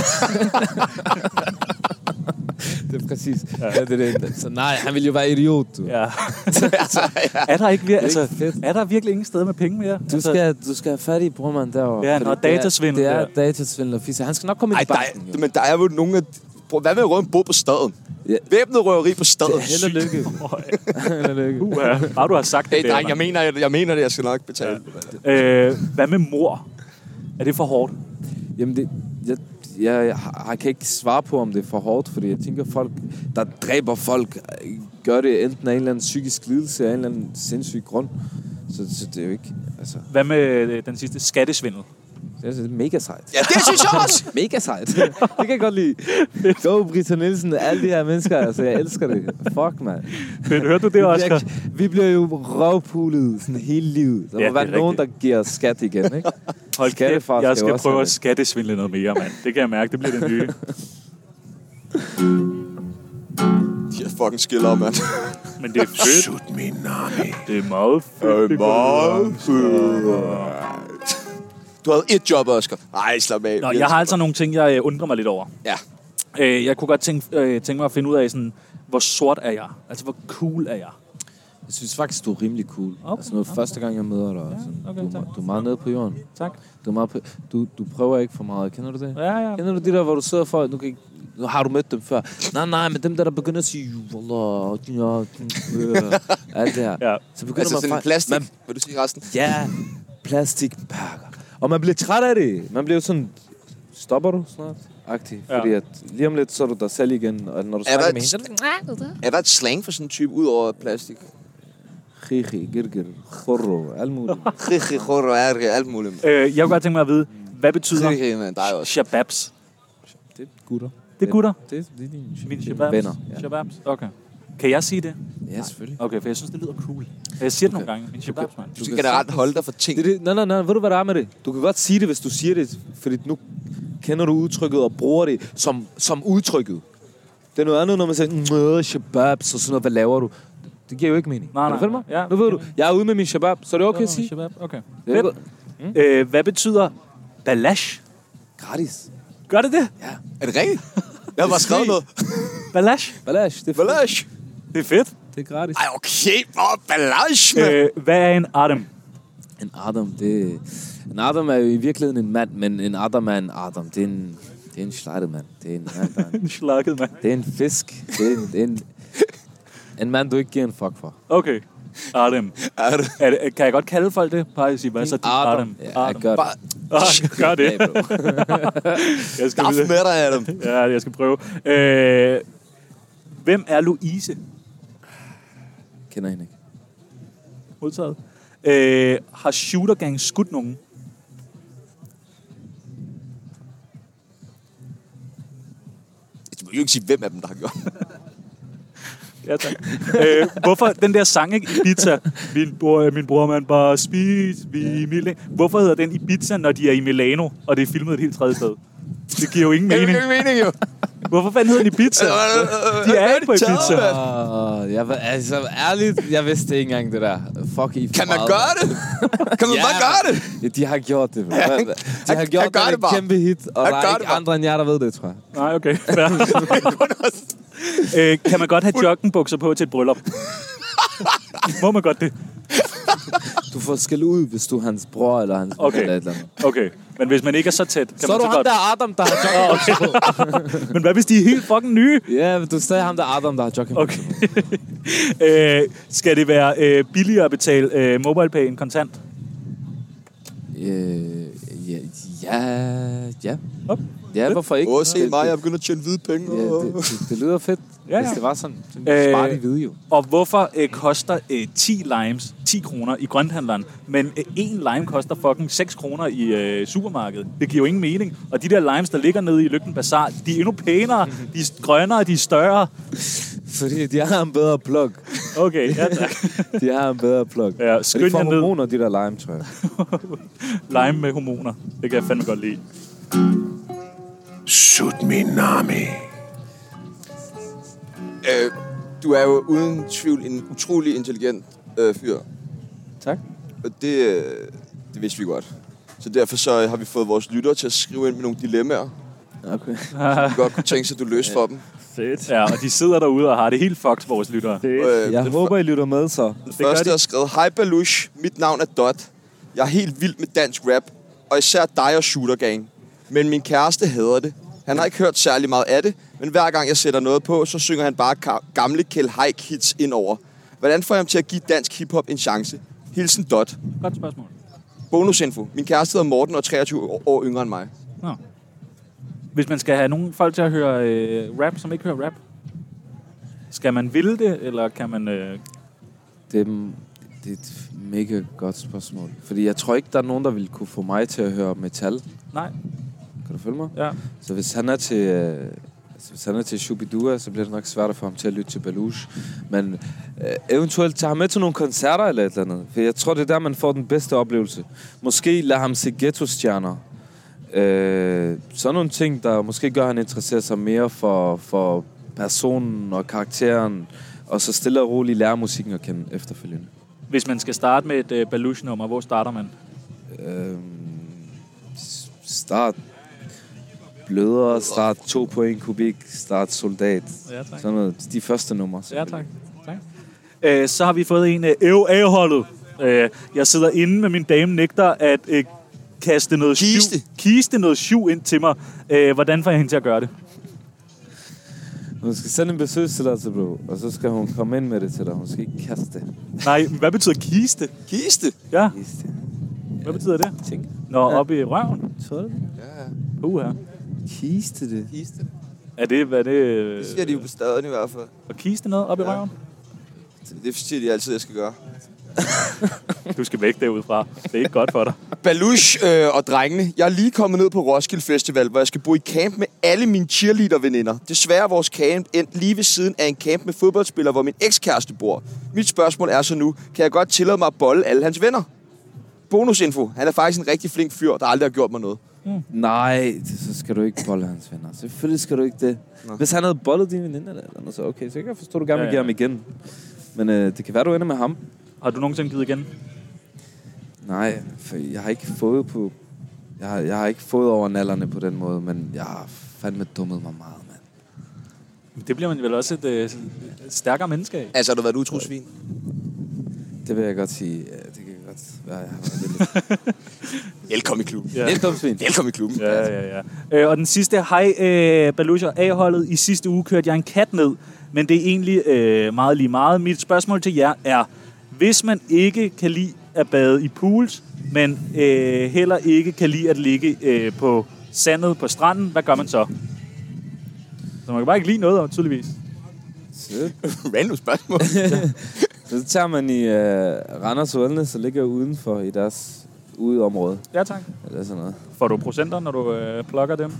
Speaker 4: Det, det er præcis. Ja. Ja, det, er det. Så nej, han ville jo være idiot, du.
Speaker 3: Ja. er, der ikke, vir-
Speaker 4: Det er
Speaker 3: altså,
Speaker 4: ikke fedt.
Speaker 3: er der virkelig ingen sted med penge mere? Altså,
Speaker 4: Du skal, du skal have fat i brormand derovre.
Speaker 3: Ja,
Speaker 4: Fordi
Speaker 3: når
Speaker 4: det er-
Speaker 3: datasvindel
Speaker 4: Det er
Speaker 3: der.
Speaker 4: datasvindel og fisse. Han skal nok komme
Speaker 1: Ej,
Speaker 4: ind i
Speaker 1: der *laughs*
Speaker 4: banken.
Speaker 1: er, men der er jo nogle af... Prøv, hvad med at røve en bo på staden?
Speaker 4: Ja.
Speaker 1: Væbnet røveri på staden.
Speaker 4: Held og
Speaker 3: *laughs*
Speaker 4: lykke. Held og lykke.
Speaker 3: Uh, bare du har sagt det.
Speaker 1: Hey,
Speaker 3: der,
Speaker 1: dreng, jeg mener, jeg, jeg mener det, jeg skal nok betale.
Speaker 3: Øh, hvad med mor? Er det for hårdt?
Speaker 4: Jamen, det, jeg, jeg, jeg, har- jeg kan ikke svare på, om det er for hårdt, fordi jeg tænker, folk, der dræber folk, øh, gør det enten af en eller anden psykisk lidelse, af en eller anden sindssyg grund. Så, så det er jo ikke... Altså,
Speaker 3: Hvad med øh, den sidste skattesvindel?
Speaker 4: det er, det er mega sejt.
Speaker 1: Ja, det synes jeg også!
Speaker 4: Mega sejt. *laughs* det kan jeg godt lide. Go, Britta Nielsen, alle de her mennesker. Altså, jeg elsker det. Fuck, mand.
Speaker 3: Men hørte du det, Oscar?
Speaker 4: Vi bliver jo røvpulet sådan hele livet. Der
Speaker 3: Ja,
Speaker 4: ja,
Speaker 3: det
Speaker 4: må
Speaker 3: er
Speaker 4: være nogen, der giver os skat igen, *laughs* ikke?
Speaker 3: Hold kæft,
Speaker 4: Skattefar
Speaker 3: jeg
Speaker 4: skal jo
Speaker 3: skal
Speaker 4: også
Speaker 3: prøve
Speaker 4: have
Speaker 3: at
Speaker 4: det.
Speaker 3: skattesvindle noget mere, mand. Det kan jeg mærke, det bliver det nye.
Speaker 1: De er fucking skiller, mand.
Speaker 3: Men det *laughs* er fedt.
Speaker 2: Shoot me, Nami.
Speaker 3: Det er meget fedt. det går videre.
Speaker 1: Du havde et job, Oscar. Nej, slap af.
Speaker 3: Nå, jeg har altså nogle ting, jeg øh, undrer mig lidt over.
Speaker 1: Ja.
Speaker 3: Øh, jeg kunne godt tænke, øh, tænke mig at finde ud af, sådan, hvor sort er jeg? Altså, hvor cool er jeg?
Speaker 4: Jeg synes faktisk, du er rimelig cool.
Speaker 3: Okay,
Speaker 4: Okay, altså, okay. første gang, jeg møder dig. Ja,
Speaker 3: okay,
Speaker 4: okay, du, er
Speaker 3: tak.
Speaker 4: me- du er meget nede på jorden.
Speaker 3: Tak.
Speaker 4: Du, er meget på, du, du prøver ikke for meget. Kender du det?
Speaker 3: Ja, ja.
Speaker 4: Kender du det der, hvor du sidder for... Nu, kan ikke, nu har du mødt dem før. Nej, nej, men dem der, der begynder at sige... Wallah, ja, ja, alt det her.
Speaker 3: Ja.
Speaker 4: Så begynder
Speaker 1: Altså
Speaker 4: man
Speaker 1: sådan en
Speaker 4: faktisk-
Speaker 1: plastik.
Speaker 4: Man,
Speaker 1: Vil du sige resten?
Speaker 4: ja, plastikpakker. Og man bliver træt af det. Man bliver sådan... Stopper du snart? Agtig.
Speaker 3: Ja.
Speaker 4: Fordi at lige om lidt, så er du dig selv igen. Og når du
Speaker 1: Er der,
Speaker 4: snakker med
Speaker 1: et,
Speaker 4: hende, så er
Speaker 1: er der et slang for sådan en type, udover plastik?
Speaker 4: det Khikhi, girgir, khurro, alt muligt.
Speaker 1: Rikki, horror, ærke, alt muligt. mand.
Speaker 3: Øh, jeg kunne godt tænke mig at vide, hvad betyder
Speaker 1: Rikki, mand, dig også.
Speaker 3: shababs?
Speaker 4: Det er gutter.
Speaker 3: Det er gutter.
Speaker 4: Det, det er dine
Speaker 3: Mine
Speaker 4: dine
Speaker 3: shababs.
Speaker 4: venner.
Speaker 3: Ja. Shababs, okay. Kan jeg sige det?
Speaker 4: Ja, selvfølgelig.
Speaker 3: Okay, for jeg synes, det lyder cool. Jeg siger det nogle gange. Min shababs, mand.
Speaker 1: Du skal generelt holde dig for ting.
Speaker 4: Det, er det, nej, nej, nej. Ved du, hvad der er med det? Du kan godt sige det, hvis du siger det. Fordi nu kender du udtrykket og bruger det som, som udtrykket. Det er noget andet, når man siger, "Møh, shababs og sådan noget. Hvad laver du? Det giver jo ikke mening.
Speaker 3: Nej,
Speaker 4: Er du
Speaker 3: nej.
Speaker 4: følge mig?
Speaker 3: Ja.
Speaker 4: nu ved du, jeg er ude med min shabab, så er det okay at sige.
Speaker 3: Shabab, okay.
Speaker 4: Det er
Speaker 3: Fedt. Øh, hvad betyder balash?
Speaker 4: Gratis.
Speaker 3: Gør det det?
Speaker 1: Er det rigtigt? Jeg har bare skrevet noget.
Speaker 3: Balash?
Speaker 4: Balash, det er, fedt.
Speaker 1: Ballage.
Speaker 3: Det er fedt.
Speaker 4: Det er gratis.
Speaker 1: Ej, okay. Hvor ballage, mand.
Speaker 3: Øh, hvad er en adam?
Speaker 4: En Adam, det... En Adam er jo i virkeligheden en mand, men en Adam er en Adam. Det er en, det er en slidet mand. Det er en mand, der er en
Speaker 3: En *laughs* slakket mand.
Speaker 4: Det er en fisk. Det er en, det er en, en mand, du ikke giver en fuck for.
Speaker 3: Okay. Adam.
Speaker 1: Adam.
Speaker 3: Er det, kan jeg godt kalde folk det? Bare at sige, hvad så? Din Adam. Adam.
Speaker 4: Ja, jeg gør det.
Speaker 1: Bare
Speaker 4: *laughs*
Speaker 3: Ah, gør det.
Speaker 4: Ja, bro.
Speaker 3: Jeg skal,
Speaker 1: daf
Speaker 3: vide-
Speaker 1: med dig, Adam.
Speaker 3: ja, jeg skal prøve. Øh, hvem er Louise?
Speaker 4: Kender hende ikke.
Speaker 3: Modtaget. Øh, har Shooter Gang skudt nogen?
Speaker 1: Du må jo ikke sige, hvem af dem, der har *laughs* gjort det.
Speaker 3: Ja,
Speaker 4: *laughs*
Speaker 3: tak. øh, hvorfor den der sang, ikke? Ibiza. Min, bror, øh, min bror, man bare spis, vi i Milano. Hvorfor hedder den Ibiza, når de er i Milano, og det er filmet et helt tredje sted? Det giver jo ingen
Speaker 1: Det er
Speaker 3: mening.
Speaker 1: jo ikke mening, jo.
Speaker 3: Hvorfor fanden hedder den Ibiza?
Speaker 1: Øh,
Speaker 3: De er ikke på Ibiza.
Speaker 4: *laughs* Åh, jeg, var- altså, ærligt, jeg vidste ikke engang det der. Fuck I for
Speaker 1: Kan man
Speaker 4: meget.
Speaker 1: gøre det? Kan man
Speaker 4: Ja,
Speaker 1: bare gøre det?
Speaker 4: Ja, de har gjort det. bro.
Speaker 1: han-
Speaker 4: De har
Speaker 1: han- han
Speaker 4: gjort
Speaker 1: gør
Speaker 4: det
Speaker 1: det
Speaker 4: en
Speaker 1: bare.
Speaker 4: kæmpe hit, og
Speaker 1: Han
Speaker 4: der
Speaker 1: gør
Speaker 4: er
Speaker 1: det
Speaker 4: ikke
Speaker 1: bare.
Speaker 4: andre end jer, der ved det, tror jeg.
Speaker 3: Nej, okay. *laughs* fair. øh, kan man godt have joggenbukser på til et bryllup? Må man godt det?
Speaker 4: Du får skæld ud, hvis du er hans bror eller hans mor
Speaker 3: Okay.
Speaker 4: eller et eller andet.
Speaker 3: Okay, men hvis man ikke er så tæt, kan
Speaker 4: Så er
Speaker 3: man
Speaker 4: du
Speaker 3: så
Speaker 4: ham
Speaker 3: godt...
Speaker 4: der Adam, der har jogging.
Speaker 3: Men hvad hvis de er helt fucking nye?
Speaker 4: Ja, men du er stadig ham der Adam, der har jogging.
Speaker 3: Okay. *laughs* øh, skal det være øh, billigere at betale øh, MobilePay end kontant?
Speaker 4: Øh, ja, ja, ja.
Speaker 3: Hop.
Speaker 4: Ja, hvorfor ikke?
Speaker 1: Åh, se
Speaker 4: Det-
Speaker 1: mig,
Speaker 4: det-
Speaker 1: jeg begynder at tjene hvide penge.
Speaker 4: Ja, det, det, det lyder fedt,
Speaker 3: Ja,
Speaker 4: ja,
Speaker 3: ja.
Speaker 4: hvis det var sådan. sådan
Speaker 3: Øh,
Speaker 4: øh, smart i hvide jo.
Speaker 3: Og hvorfor øh, koster øh, 10 limes 10 kroner i grønthandleren, men øh, en lime koster fucking 6 kroner i øh, supermarkedet? Det giver jo ingen mening. Og de der limes, der ligger nede i Lygten Bazaar, de er endnu pænere, de er grønnere, de er større.
Speaker 4: Fordi de har en bedre plug.
Speaker 3: Okay, ja tak. *laughs*
Speaker 4: De har en bedre plug.
Speaker 3: Ja,
Speaker 4: Og
Speaker 3: skynd
Speaker 4: de får
Speaker 3: jer ned.
Speaker 4: hormoner, de der lime, tror jeg.
Speaker 3: Lime med hormoner. Det kan jeg fandme godt lide.
Speaker 2: Sut min nami.
Speaker 1: Øh, du er jo uden tvivl en utrolig intelligent øh, fyr.
Speaker 4: Tak.
Speaker 1: Og det, øh, det vidste vi godt. Så derfor så har vi fået vores lyttere til at skrive ind med nogle dilemmaer.
Speaker 4: Okay.
Speaker 1: Vi godt kunne tænke sig, at du løste for dem.
Speaker 3: Fedt. Ja, og de sidder derude og har det helt fucked, vores lyttere.
Speaker 1: Øh,
Speaker 4: Jeg håber, I lytter med så.
Speaker 1: Den
Speaker 3: gør
Speaker 1: første
Speaker 3: de.
Speaker 1: har skrevet, Hej Balush, mit navn er Dot. Jeg er helt vild med dansk rap, og især dig og Shooter Gang. Men min kæreste hader det. Han har ikke hørt særlig meget af det, men hver gang jeg sætter noget på, så synger han bare ka- gamle Kjell Haik hits indover. Hvordan får jeg ham til at give dansk hiphop en chance? Hilsen Dot.
Speaker 3: Godt spørgsmål.
Speaker 1: Bonusinfo. Min kæreste hedder Morten og er 23 år- år yngre end mig.
Speaker 3: Nå. Hvis man skal have nogle folk til at høre øh, rap, som ikke hører rap, skal man ville det, eller kan man... Øh,
Speaker 4: Det er, det er et mega godt spørgsmål. Fordi jeg tror ikke, der er nogen, der ville kunne få mig til at høre metal.
Speaker 3: nej,
Speaker 4: Kan du følge mig?
Speaker 3: ja.
Speaker 4: Så hvis han er til... Øh, altså, hvis han er til Shubidua, så bliver det nok svært at få ham til at lytte til Baluch. Men øh, eventuelt tage ham med til nogle koncerter eller et eller andet. For jeg tror, det er der, man får den bedste oplevelse. Måske lade ham se ghetto-stjerner. Øh, sådan nogle ting, der måske gør, at han interesserer sig mere for, for personen og karakteren. Og så stille og roligt lære musikken at kende efterfølgende.
Speaker 3: Hvis man skal starte med et øh, Balush-nummer, hvor starter man?
Speaker 4: Øhm, s- start blødere, start 2 på 1 kubik, start soldat.
Speaker 3: Ja, tak.
Speaker 4: Sådan noget. De første numre.
Speaker 3: Ja, tak. tak. Øh, så har vi fået en øh, ev afholdet. Øh, jeg sidder inde med min dame nægter at øh, kaste noget
Speaker 1: Kiste.
Speaker 3: syv, kiste noget syv ind til mig. Øh, hvordan får jeg hende til at gøre det?
Speaker 4: Hun skal sende en besøgstilladelse, bro. Og så skal hun komme ind med det til dig. Hun skal ikke kaste det.
Speaker 3: Nej, men hvad betyder kiste?
Speaker 1: Kiste?
Speaker 3: Ja,
Speaker 4: Kiste.
Speaker 3: hvad betyder det?
Speaker 4: Tænk.
Speaker 3: Nå, op i røven.
Speaker 4: Så er det.
Speaker 3: Uh,
Speaker 4: Kiste det.
Speaker 1: Kiste.
Speaker 3: er det, hvad er det? øh,
Speaker 1: Det siger de jo på staden i hvert fald.
Speaker 3: At kiste noget op i røven?
Speaker 1: Det siger de altid, jeg skal gøre.
Speaker 3: Du skal væk derudfra. Det er ikke godt for dig.
Speaker 1: Balush øh, og drengene, jeg er lige kommet ned på Roskilde Festival, hvor jeg skal bo i camp med alle mine cheerleader-veninder. Desværre er vores camp endt lige ved siden af en camp med fodboldspillere, hvor min ekskæreste bor. Mit spørgsmål er så nu, kan jeg godt tillade mig at bolle alle hans venner? Bonusinfo. Han er faktisk en rigtig flink fyr, der aldrig har gjort mig noget.
Speaker 4: Nej, det- så skal du ikke bolle hans venner. Selvfølgelig skal du ikke det. Nå. Hvis han havde bollet dine veninder eller noget, så okay. Så kan jeg forstå, at du gerne vil
Speaker 3: Ja,
Speaker 4: give
Speaker 3: ja.
Speaker 4: ham igen. Men øh, det kan være, du ender med ham.
Speaker 3: Har du nogensinde givet igen?
Speaker 4: Nej, for jeg har ikke fået på... Jeg har, jeg har ikke fået over nallerne på den måde, men jeg har fandme dummet mig meget, mand.
Speaker 3: Det bliver man vel også et, øh, et stærkere menneske af.
Speaker 1: Altså, har du været et utro svin?
Speaker 4: Det vil jeg godt sige. Ja, det kan godt være, jeg har været det lidt.
Speaker 1: Velkommen i klubben.
Speaker 3: Ja.
Speaker 4: lidt dumt svin.
Speaker 1: Velkommen i klubben.
Speaker 3: Ja, ja, ja. Øh, og den sidste, hej øh, Balush og A-holdet. I sidste uge kørte jeg en kat ned, men det er egentlig øh, meget lige meget. Mit spørgsmål til jer er, hvis man ikke kan lide at bade i pools, men øh, heller ikke kan lide at ligge øh, på sandet på stranden, hvad gør man så? Så man kan bare ikke lide noget, tydeligvis.
Speaker 4: Så,
Speaker 1: *laughs* Random spørgsmål.
Speaker 4: så tager man i uh, Randers Wellness og ligger udenfor i deres udeområde.
Speaker 3: Ja, tak.
Speaker 4: Eller sådan noget.
Speaker 3: Får du procenter, når du øh, plukker dem?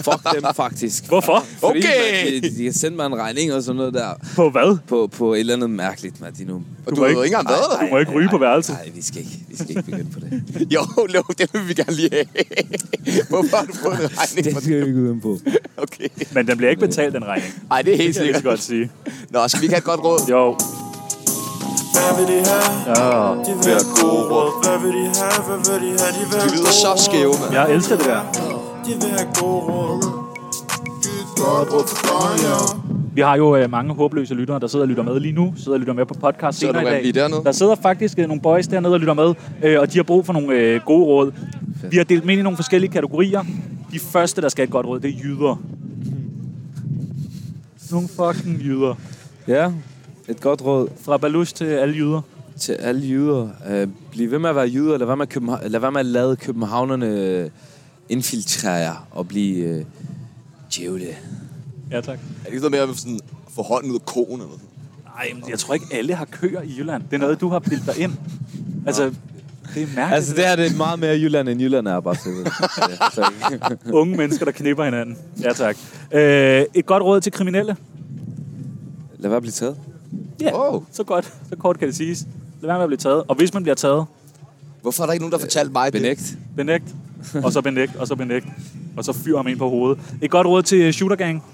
Speaker 4: Fuck *laughs* dem faktisk.
Speaker 3: Hvorfor?
Speaker 4: Fordi,
Speaker 1: Okay.
Speaker 4: Man, de, de kan sende mig en regning og sådan noget der.
Speaker 3: På hvad?
Speaker 4: På, på et eller andet mærkeligt, mand. De nu...
Speaker 1: Og du
Speaker 3: må
Speaker 1: har
Speaker 3: ikke-
Speaker 1: jo ikke engang været
Speaker 3: Du
Speaker 1: der.
Speaker 3: må ikke ryge på værelset.
Speaker 4: Nej, vi skal ikke. Vi skal ikke begynde på det.
Speaker 1: Jo, jo, det vil vi gerne lige *laughs* have. Hvorfor har du fået en regning på
Speaker 4: *laughs* det skal vi ikke begynde på.
Speaker 1: det? Okay.
Speaker 3: Men den bliver ikke betalt, den regning.
Speaker 1: Ej, det er helt
Speaker 3: Det kan jeg lige
Speaker 1: sikkert.
Speaker 3: så godt sige.
Speaker 1: Nå, skal vi ikke have et godt råd?
Speaker 3: Jo.
Speaker 2: Hvad vil de have?
Speaker 3: Ja.
Speaker 2: De vil have gode råd. Hvad vil de have? Hvad vil de have? De vil
Speaker 1: De
Speaker 2: have
Speaker 1: lyder så
Speaker 2: gode råd.
Speaker 1: skæve, mand.
Speaker 3: Jeg elsker det der.
Speaker 2: De vil have gode råd.
Speaker 7: Giv et godt råd til dig, ja.
Speaker 3: Vi har jo øh, mange håbløse lyttere, der sidder og lytter med lige nu. Sidder og lytter med på podcast
Speaker 1: Sidder
Speaker 3: senere i
Speaker 1: nogle af dem
Speaker 3: dag.
Speaker 1: lige dernede?
Speaker 3: Der sidder faktisk øh, nogle boys dernede og lytter med, øh, og de har brug for nogle øh, gode råd. Vi har delt dem ind i nogle forskellige kategorier. De første, der skal have et godt råd, det er jyder. Nogle fucking jyder.
Speaker 4: Ja, et godt råd.
Speaker 3: Fra Balush til alle jyder.
Speaker 4: til alle jyder. Øh, bliv ved med at være jyder. Lad være med at, København, lad være med at lade københavnerne øh, infiltrere jer og blive øh, djævle.
Speaker 3: Ja, tak.
Speaker 1: Er det ikke noget med at sådan, få hånden ud af koen eller noget?
Speaker 3: Nej, men jeg tror ikke, alle har køer i Jylland. Det er noget, du har bildt dig ind. Altså, det er mærkeligt.
Speaker 4: Altså, det her det er meget mere Jylland, end Jylland er bare til
Speaker 3: *laughs*
Speaker 4: det. Ja, så-
Speaker 3: Unge mennesker, der knipper hinanden. Ja, tak. Øh, et godt råd til kriminelle.
Speaker 4: lad være at blive taget.
Speaker 3: Ja,
Speaker 1: Wow.
Speaker 3: så godt. Så kort kan det siges. Lad være med at blive taget. Og hvis man bliver taget,
Speaker 1: Hvorfor er der ikke nogen, der fortalte mig det?
Speaker 4: Benægt.
Speaker 3: benægt, og så benægt, og så benægt. Og så fyr ham ind på hovedet. Et godt råd til øh, Shooter Gang.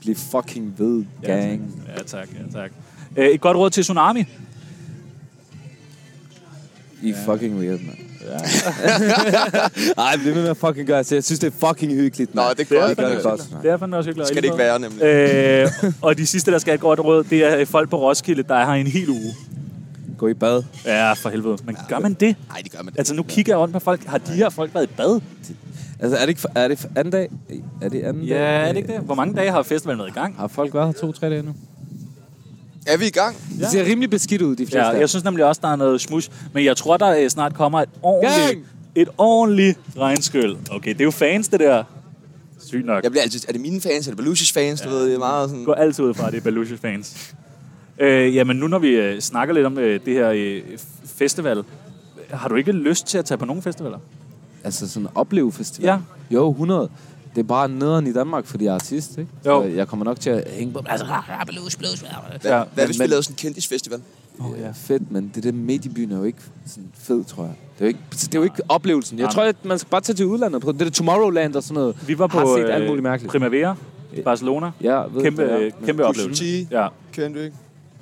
Speaker 4: Bliv fucking ved, gang.
Speaker 3: Ja, tak. Ja, tak. Øh, Et godt råd til Tsunami.
Speaker 4: I er fucking weird, mand. *laughs* Ej, bliv ved med at fucking gøre det. Jeg synes, det er fucking hyggeligt,
Speaker 1: Nå,
Speaker 4: mand.
Speaker 1: det er godt.
Speaker 4: I gør det
Speaker 1: Det er
Speaker 4: godt, mand.
Speaker 3: Det er fandme også hyggeligt. at
Speaker 1: Skal det ikke være, nemlig?
Speaker 3: Øh, og de sidste, der skal have et godt råd, det er øh, folk på Roskilde, der er her i en hel uge.
Speaker 4: Gå i bad.
Speaker 3: Ja, for helvede. Men gør man det?
Speaker 1: Nej, det gør man det.
Speaker 3: Altså, nu kigger jeg rundt på folk. Har de her folk været i bad?
Speaker 4: Altså, er det ikke for, er det for anden dag? Er det anden
Speaker 3: Ja,
Speaker 4: dag?
Speaker 3: er det ikke det? Hvor mange dage har festivalen været i gang?
Speaker 4: Har folk været her to-tre dage nu?
Speaker 1: Er vi i gang?
Speaker 4: Det ser rimelig beskidt ud, de fleste.
Speaker 3: Ja,
Speaker 4: af dem.
Speaker 3: jeg synes nemlig også, der er noget smush. Men jeg tror, der øh, snart kommer et ordentligt,
Speaker 4: Gang!
Speaker 3: et ordentligt regnskyld. Okay, det er jo fans, det der. Sygt nok.
Speaker 1: Jeg bliver altid... Er det mine fans? Er det Belushis fans? Du ved, det er meget sådan...
Speaker 3: går altid ud fra, at det er Belushi fans. Øh, jamen nu når vi øh, snakker lidt om øh, det her øh, f- festival, har du ikke lyst til at tage på nogen festivaler?
Speaker 4: Altså sådan en oplevefestival.
Speaker 3: Ja.
Speaker 4: Jo, 100. Det er bare nederen i Danmark, fordi jeg er artist, ikke?
Speaker 3: Jo.
Speaker 4: Så jeg kommer nok til at hænge på dem. Altså,
Speaker 1: Hvad,
Speaker 3: Ja.
Speaker 1: hvad hvis vi
Speaker 4: Men-
Speaker 1: lavede sådan en kendisfestival?
Speaker 4: oh, ja. fedt, men det der midt i byen er jo ikke sådan fed, tror jeg. Det er jo ikke, det er jo ikke oplevelsen. Jeg
Speaker 3: Nej.
Speaker 4: tror, at man skal bare tage til udlandet på det der Tomorrowland og sådan noget.
Speaker 3: Vi var på øh,
Speaker 4: har set alt muligt mærkeligt.
Speaker 3: Primavera, Barcelona.
Speaker 4: ja, ved
Speaker 3: Kæmpe,
Speaker 4: du, hvad
Speaker 3: øh,
Speaker 4: det er?
Speaker 3: kæmpe
Speaker 1: Pusha
Speaker 3: oplevelse.
Speaker 1: T.
Speaker 3: Ja,
Speaker 1: Kendrick.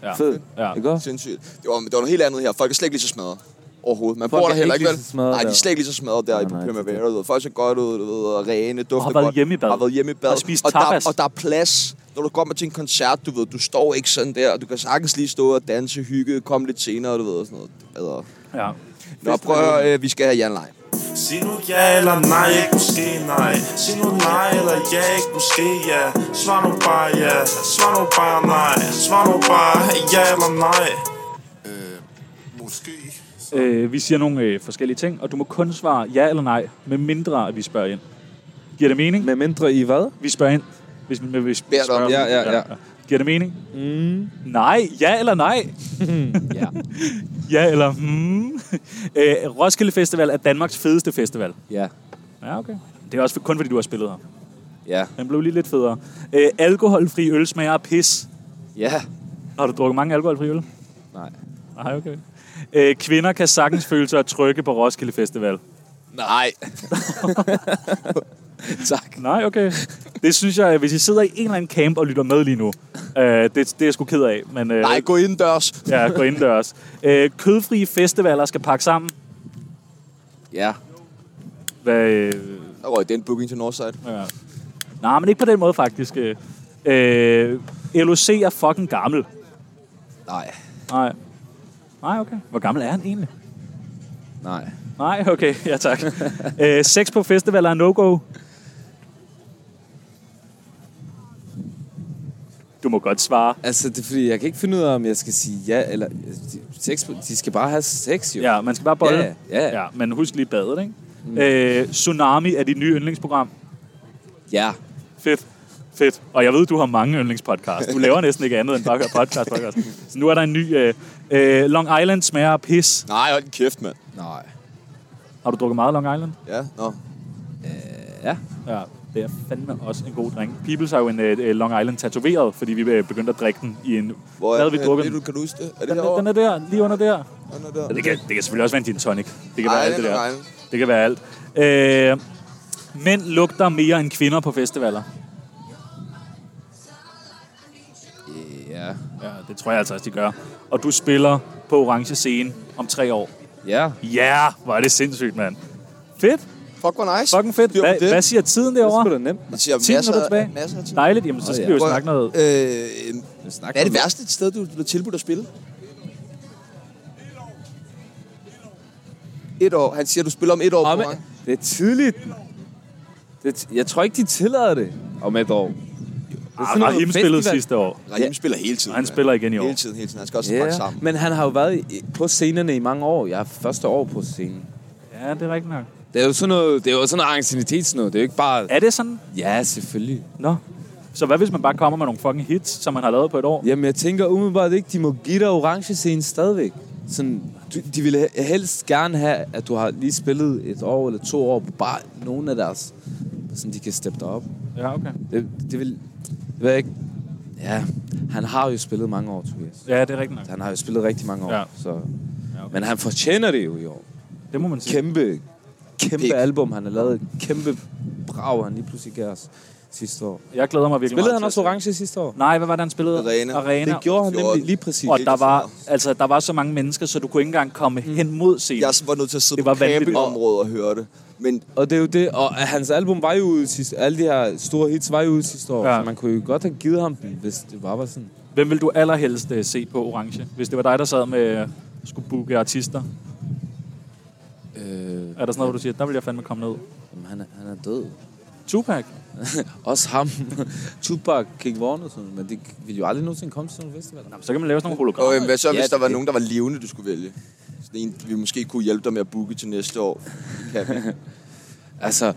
Speaker 3: ja.
Speaker 4: Fed.
Speaker 3: Ja.
Speaker 4: Ikke også?
Speaker 1: Sindssygt. Det var, det var noget helt andet her. Folk er slet ikke lige så smadret. Overhovedet. Man
Speaker 4: Folk
Speaker 1: bor
Speaker 4: er
Speaker 1: der heller
Speaker 4: ikke
Speaker 1: ikke,
Speaker 4: lige så smadret
Speaker 1: Nej, de
Speaker 4: der.
Speaker 1: er slet ikke lige så smadret der
Speaker 4: Nej,
Speaker 1: i på
Speaker 4: nej,
Speaker 1: Primavera. Du ved. Folk ser godt ud, du ved, og rene, dufter
Speaker 3: været
Speaker 1: godt.
Speaker 3: hjemme i bad.
Speaker 1: Har været hjemme i bad.
Speaker 3: Og spist
Speaker 1: og der,
Speaker 3: tapas.
Speaker 1: og der er plads. Når du kommer til en koncert, du ved, du står ikke sådan der, og du kan sagtens lige stå og danse, hygge, komme lidt senere, du ved, og sådan noget. Altså,
Speaker 3: ja.
Speaker 1: Nå, prøv at høre, øh, vi skal have Jan Lein.
Speaker 2: Sig nu ja eller nej, ikke måske nej Sig nu nej eller ja, ikke måske ja Svar nu bare ja, svar nu bare nej Svar nu bare ja eller nej Øh,
Speaker 7: Måske.
Speaker 3: Øh, vi siger nogle øh, forskellige ting, og du må kun svare ja eller nej, med mindre at vi spørger ind. Giver det mening?
Speaker 4: Med mindre i hvad?
Speaker 3: Vi spørger ind. Hvis vi, hvis vi
Speaker 1: Beder dig om-
Speaker 4: Ja, ja, ja.
Speaker 3: Giver det mening? Mm. Nej, ja eller nej?
Speaker 4: *laughs* Ja.
Speaker 3: *laughs* Ja eller hmm. *laughs* Øh, Roskilde Festival er Danmarks fedeste festival.
Speaker 4: Ja.
Speaker 3: Ja, okay. Det er også for, kun fordi, du har spillet her.
Speaker 4: Ja.
Speaker 3: Den blev lige lidt federe. Øh, alkoholfri øl smager af pis.
Speaker 4: Ja.
Speaker 3: Har du drukket mange alkoholfri øl?
Speaker 4: Nej.
Speaker 3: Nej, okay. Øh, kvinder kan sagtens føle sig trygge på Roskilde Festival.
Speaker 1: Nej.
Speaker 4: Tak.
Speaker 3: Nej, okay. Det synes jeg, hvis I sidder i en eller anden camp og lytter med lige nu, øh, det, det er jeg sgu ked af. Men, øh,
Speaker 1: Nej, gå indendørs.
Speaker 3: Ja, gå indendørs. Øh, kødfrie festivaler skal pakke sammen.
Speaker 4: Ja.
Speaker 3: Hvad, øh,
Speaker 1: Der røg den booking til Northside.
Speaker 3: Ja. Nej, men ikke på den måde, faktisk. Øh, Øh, LOC er fucking gammel.
Speaker 1: Nej.
Speaker 3: Nej. Nej, okay. Hvor gammel er han egentlig?
Speaker 4: Nej.
Speaker 3: Nej, okay. Ja, tak. øh, sex på festivaler er no-go. Du må godt svare.
Speaker 4: Altså, det er fordi, jeg kan ikke finde ud af, om jeg skal sige ja eller... Sex, de skal bare have sex, jo.
Speaker 3: Ja, man skal bare bolle.
Speaker 4: Ja, ja.
Speaker 3: ja men husk lige badet, ikke? Mm. Øh, Tsunami er dit nye yndlingsprogram.
Speaker 4: Ja.
Speaker 3: Fedt. Fedt. Og jeg ved, du har mange yndlingspodcasts. Du laver næsten ikke andet end bare at høre podcast, podcast. Så nu er der en ny... Øh, øh, Long Island smager af pis.
Speaker 1: Nej, hold din kæft, mand.
Speaker 4: Nej.
Speaker 3: Har du drukket meget Long Island?
Speaker 1: Ja, nå.
Speaker 4: Ja.
Speaker 3: Ja, det er fandme også en god drink. Peoples har jo en øh, Long Island tatoveret, fordi vi øh, begyndte at drikke den i en...
Speaker 1: Hvor
Speaker 3: Hvad
Speaker 1: er,
Speaker 3: havde vi drukket
Speaker 1: ved
Speaker 3: den?
Speaker 1: du, kan du huske det? Er det
Speaker 3: Den, er-
Speaker 1: herovre?
Speaker 3: den er der, lige under der.
Speaker 1: Den er der.
Speaker 3: Det kan, det kan selvfølgelig også være en gin tonic. Det kan
Speaker 1: Ej,
Speaker 3: være alt
Speaker 1: den
Speaker 3: det
Speaker 1: er
Speaker 3: der.
Speaker 1: Long Island.
Speaker 3: Det kan være alt. Øh, mænd lugter mere end kvinder på festivaler.
Speaker 4: Ja.
Speaker 3: Ja, det tror jeg altså også, de gør. Og du spiller på Orange Scene om tre år.
Speaker 4: Ja.
Speaker 3: Ja, yeah, hvor er det sindssygt, mand. Fedt.
Speaker 1: Fuck, hvor nice.
Speaker 3: Fucking fedt.
Speaker 1: Styr på
Speaker 3: Hva,
Speaker 1: det.
Speaker 3: hvad siger tiden
Speaker 4: Det er sgu
Speaker 3: derovre?
Speaker 4: da nemt.
Speaker 1: Jeg siger
Speaker 3: Tiden er du
Speaker 1: masser,
Speaker 3: tilbage.
Speaker 1: masser af tid.
Speaker 3: Dejligt. Jamen, så skal
Speaker 4: Åh, ja.
Speaker 3: vi jo
Speaker 1: Prøv at-
Speaker 3: snakke noget.
Speaker 1: Øh,
Speaker 4: snakker
Speaker 1: hvad er det
Speaker 4: om det.
Speaker 1: værste sted, du blev tilbudt at spille? Et år. Han siger, du spiller om et år.
Speaker 4: Om,
Speaker 1: på Orange.
Speaker 4: det er tidligt. Det, jeg tror ikke, de tillader det om et år.
Speaker 3: Ah, Rahim spillede sidste år.
Speaker 1: Rahim
Speaker 4: Ja.
Speaker 1: spiller hele tiden.
Speaker 3: Og han
Speaker 1: mand.
Speaker 3: spiller igen i år.
Speaker 1: Hele tiden, hele tiden. Han skal også pakke
Speaker 4: Ja,
Speaker 1: sammen.
Speaker 4: men han har jo været i- på scenerne i mange år. Jeg er første år på scenen.
Speaker 3: Ja, det er rigtigt nok.
Speaker 4: Det er jo sådan noget, det er jo sådan noget anciennitet noget. Det er jo ikke bare...
Speaker 3: Er det sådan?
Speaker 4: Ja, selvfølgelig.
Speaker 3: Nå. Så hvad hvis man bare kommer med nogle fucking hits, som man har lavet på et år?
Speaker 4: Jamen, jeg tænker umiddelbart ikke, de må give dig orange scenen stadigvæk. Sådan, du, de ville he- helst gerne have, at du har lige spillet et år eller to år på bare nogen af deres, sådan de kan steppe dig op.
Speaker 3: Ja, okay.
Speaker 4: Det, det vil... Det ved jeg ikke. Ja, han har jo spillet mange år, Tobias.
Speaker 3: Ja, det er rigtigt nok.
Speaker 4: Han har jo spillet rigtig mange år,
Speaker 3: Ja.
Speaker 4: ja. så...
Speaker 3: Ja, okay.
Speaker 4: Men han fortjener det jo i år.
Speaker 3: Det må man sige.
Speaker 4: Kæmpe, kæmpe
Speaker 1: Pik.
Speaker 4: album, han har lavet. Kæmpe brag, han lige pludselig gav os sidste år.
Speaker 3: Jeg glæder mig virkelig
Speaker 4: Spillede
Speaker 3: meget
Speaker 4: han
Speaker 3: til
Speaker 4: også
Speaker 3: at se
Speaker 4: orange sidste år?
Speaker 3: det. Nej, hvad var det, han spillede?
Speaker 1: Arena.
Speaker 3: Arena.
Speaker 4: Det gjorde han nemlig
Speaker 1: 14.
Speaker 4: lige præcis.
Speaker 3: og
Speaker 1: Det er
Speaker 3: der
Speaker 1: ikke
Speaker 3: var,
Speaker 1: så
Speaker 3: altså, der var så mange mennesker, så du kunne ikke engang komme
Speaker 4: Mhm.
Speaker 3: hen mod scenen.
Speaker 1: Jeg var nødt til at sidde
Speaker 3: Det
Speaker 1: det
Speaker 3: var
Speaker 1: på
Speaker 3: vanvittigt.
Speaker 1: campingområdet og høre det. Men
Speaker 4: Og det er jo det, og hans album var jo ude sidste, alle de her store hits var jo ude sidste år,
Speaker 3: Ja.
Speaker 4: ja. så man kunne jo godt have givet ham den, hvis det bare var sådan.
Speaker 3: Hvem vil du allerhelst øh, se på Orange? Hvis det var dig, der sad med øh, skulle booke artister.
Speaker 4: Øh, jamen,
Speaker 3: Er der sådan noget, hvor du siger, der vil jeg fandme komme ned?
Speaker 4: han, er, han er død.
Speaker 3: Tupac?
Speaker 4: Også ham. *laughs* Tupac, King Warner, og sådan, noget, men det ville jo aldrig nogensinde komme til sådan nogle festivaler.
Speaker 3: Så kan man lave sådan nogle hologrammer.
Speaker 1: og, øh, hvad så,
Speaker 4: Ja,
Speaker 1: hvis der var
Speaker 4: det-
Speaker 1: nogen, der var levende, du skulle vælge? Sådan en, vi måske kunne hjælpe dig med at booke til næste år. Kan vi?
Speaker 4: Altså,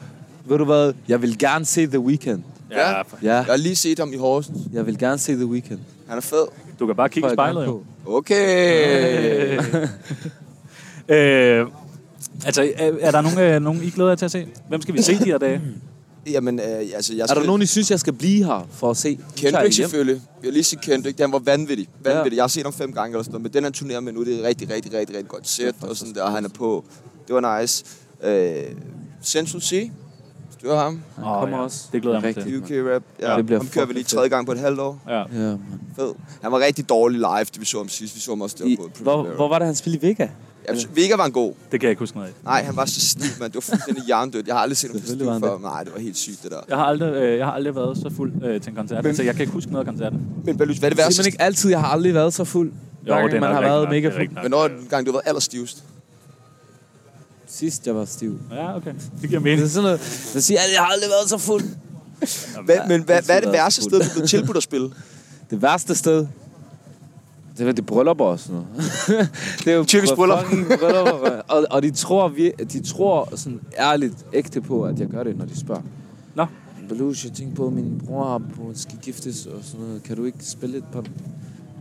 Speaker 4: ved du hvad? Jeg vil gerne se The Weeknd.
Speaker 3: Ja, for-
Speaker 4: Ja,
Speaker 1: Jeg har lige set ham i Horsens.
Speaker 4: jeg vil gerne se The Weeknd. Det
Speaker 1: Han er fed.
Speaker 3: du kan bare kigge
Speaker 4: tror
Speaker 3: i
Speaker 4: jeg
Speaker 3: spejlet
Speaker 4: godt
Speaker 3: jo.
Speaker 4: på.
Speaker 1: Okay.
Speaker 3: Øh, altså, er, er der nogen, øh, nogen, I glæder jer til at se? Hvem skal vi se de her dage?
Speaker 1: Jamen, øh, altså, jeg
Speaker 4: Er
Speaker 1: skal...
Speaker 4: der nogen, I synes, jeg skal blive her for at se?
Speaker 1: Kendrick selvfølgelig. Jeg har lige set Kendrick. Den var vanvittig. vanvittig.
Speaker 4: Ja.
Speaker 1: Jeg har set ham fem gange eller sådan noget. Men den han turnerer med nu, det er rigtig, rigtig, rigtig, rigtig godt sæt. Og sådan der, han er på. Det var nice. Øh, Sensu C. Du har ham.
Speaker 4: Han
Speaker 3: Åh,
Speaker 4: kommer
Speaker 3: ja.
Speaker 4: også.
Speaker 3: Det glæder jeg mig til.
Speaker 4: Rigtig.
Speaker 1: UK Rap. Ja,
Speaker 4: Ja, det bliver
Speaker 1: ham kører vi lige
Speaker 4: fucking
Speaker 1: tredje gang på et halvt år.
Speaker 3: Ja.
Speaker 4: Ja, man.
Speaker 1: Fed. Han var rigtig dårlig live, det vi så ham sidst. Vi så ham også der
Speaker 4: I,
Speaker 1: på
Speaker 4: hvor, hvor var det, han spillede i Vega?
Speaker 1: Ja, Vega var en god.
Speaker 3: *laughs* Det kan jeg ikke huske noget af.
Speaker 1: Nej, han var så stiv, mand. Det var
Speaker 4: *laughs*
Speaker 1: fuldstændig hjernedødt. Jeg har aldrig set ham så stiv
Speaker 4: Selvfølgelig var han
Speaker 1: før. Nej, det var helt sygt, det der.
Speaker 3: Jeg har aldrig, øh, jeg har aldrig været så fuld øh, til en koncert, så jeg kan ikke huske noget af koncerten.
Speaker 1: Men Balus, hvad er det
Speaker 4: Det er
Speaker 1: værste?
Speaker 4: simpelthen ikke altid. Jeg har aldrig været så fuld. Hver gang
Speaker 3: det er
Speaker 4: man
Speaker 3: nok rigtigt
Speaker 4: har været
Speaker 3: nok,
Speaker 4: mega
Speaker 3: det er
Speaker 4: fuld.
Speaker 3: rigtigt nok.
Speaker 1: Hvornår er den gang, du har været allerstivest?
Speaker 4: Sidst jeg var stiv.
Speaker 3: Ja, okay. Det giver
Speaker 4: Det
Speaker 3: mening.
Speaker 4: er sådan noget, der siger, at jeg har aldrig været så fuld.
Speaker 1: Hvad, men hvad,
Speaker 4: det
Speaker 1: hvad er det
Speaker 4: skulle være
Speaker 1: værste
Speaker 4: så
Speaker 1: sted, du blev tilbudt at spille?
Speaker 4: Det værste sted, det er det bryllupper og sådan noget. *laughs* det er jo
Speaker 1: Tyrkisk bryllup.
Speaker 4: fucking bryllupper. og, og de tror, vi, de tror sådan ærligt ægte på, at jeg gør det, når de spørger.
Speaker 3: Nå.
Speaker 4: Belush, jeg tænkte på, at min bror har på, han skal giftes og sådan noget. Kan du ikke spille et par...
Speaker 3: Men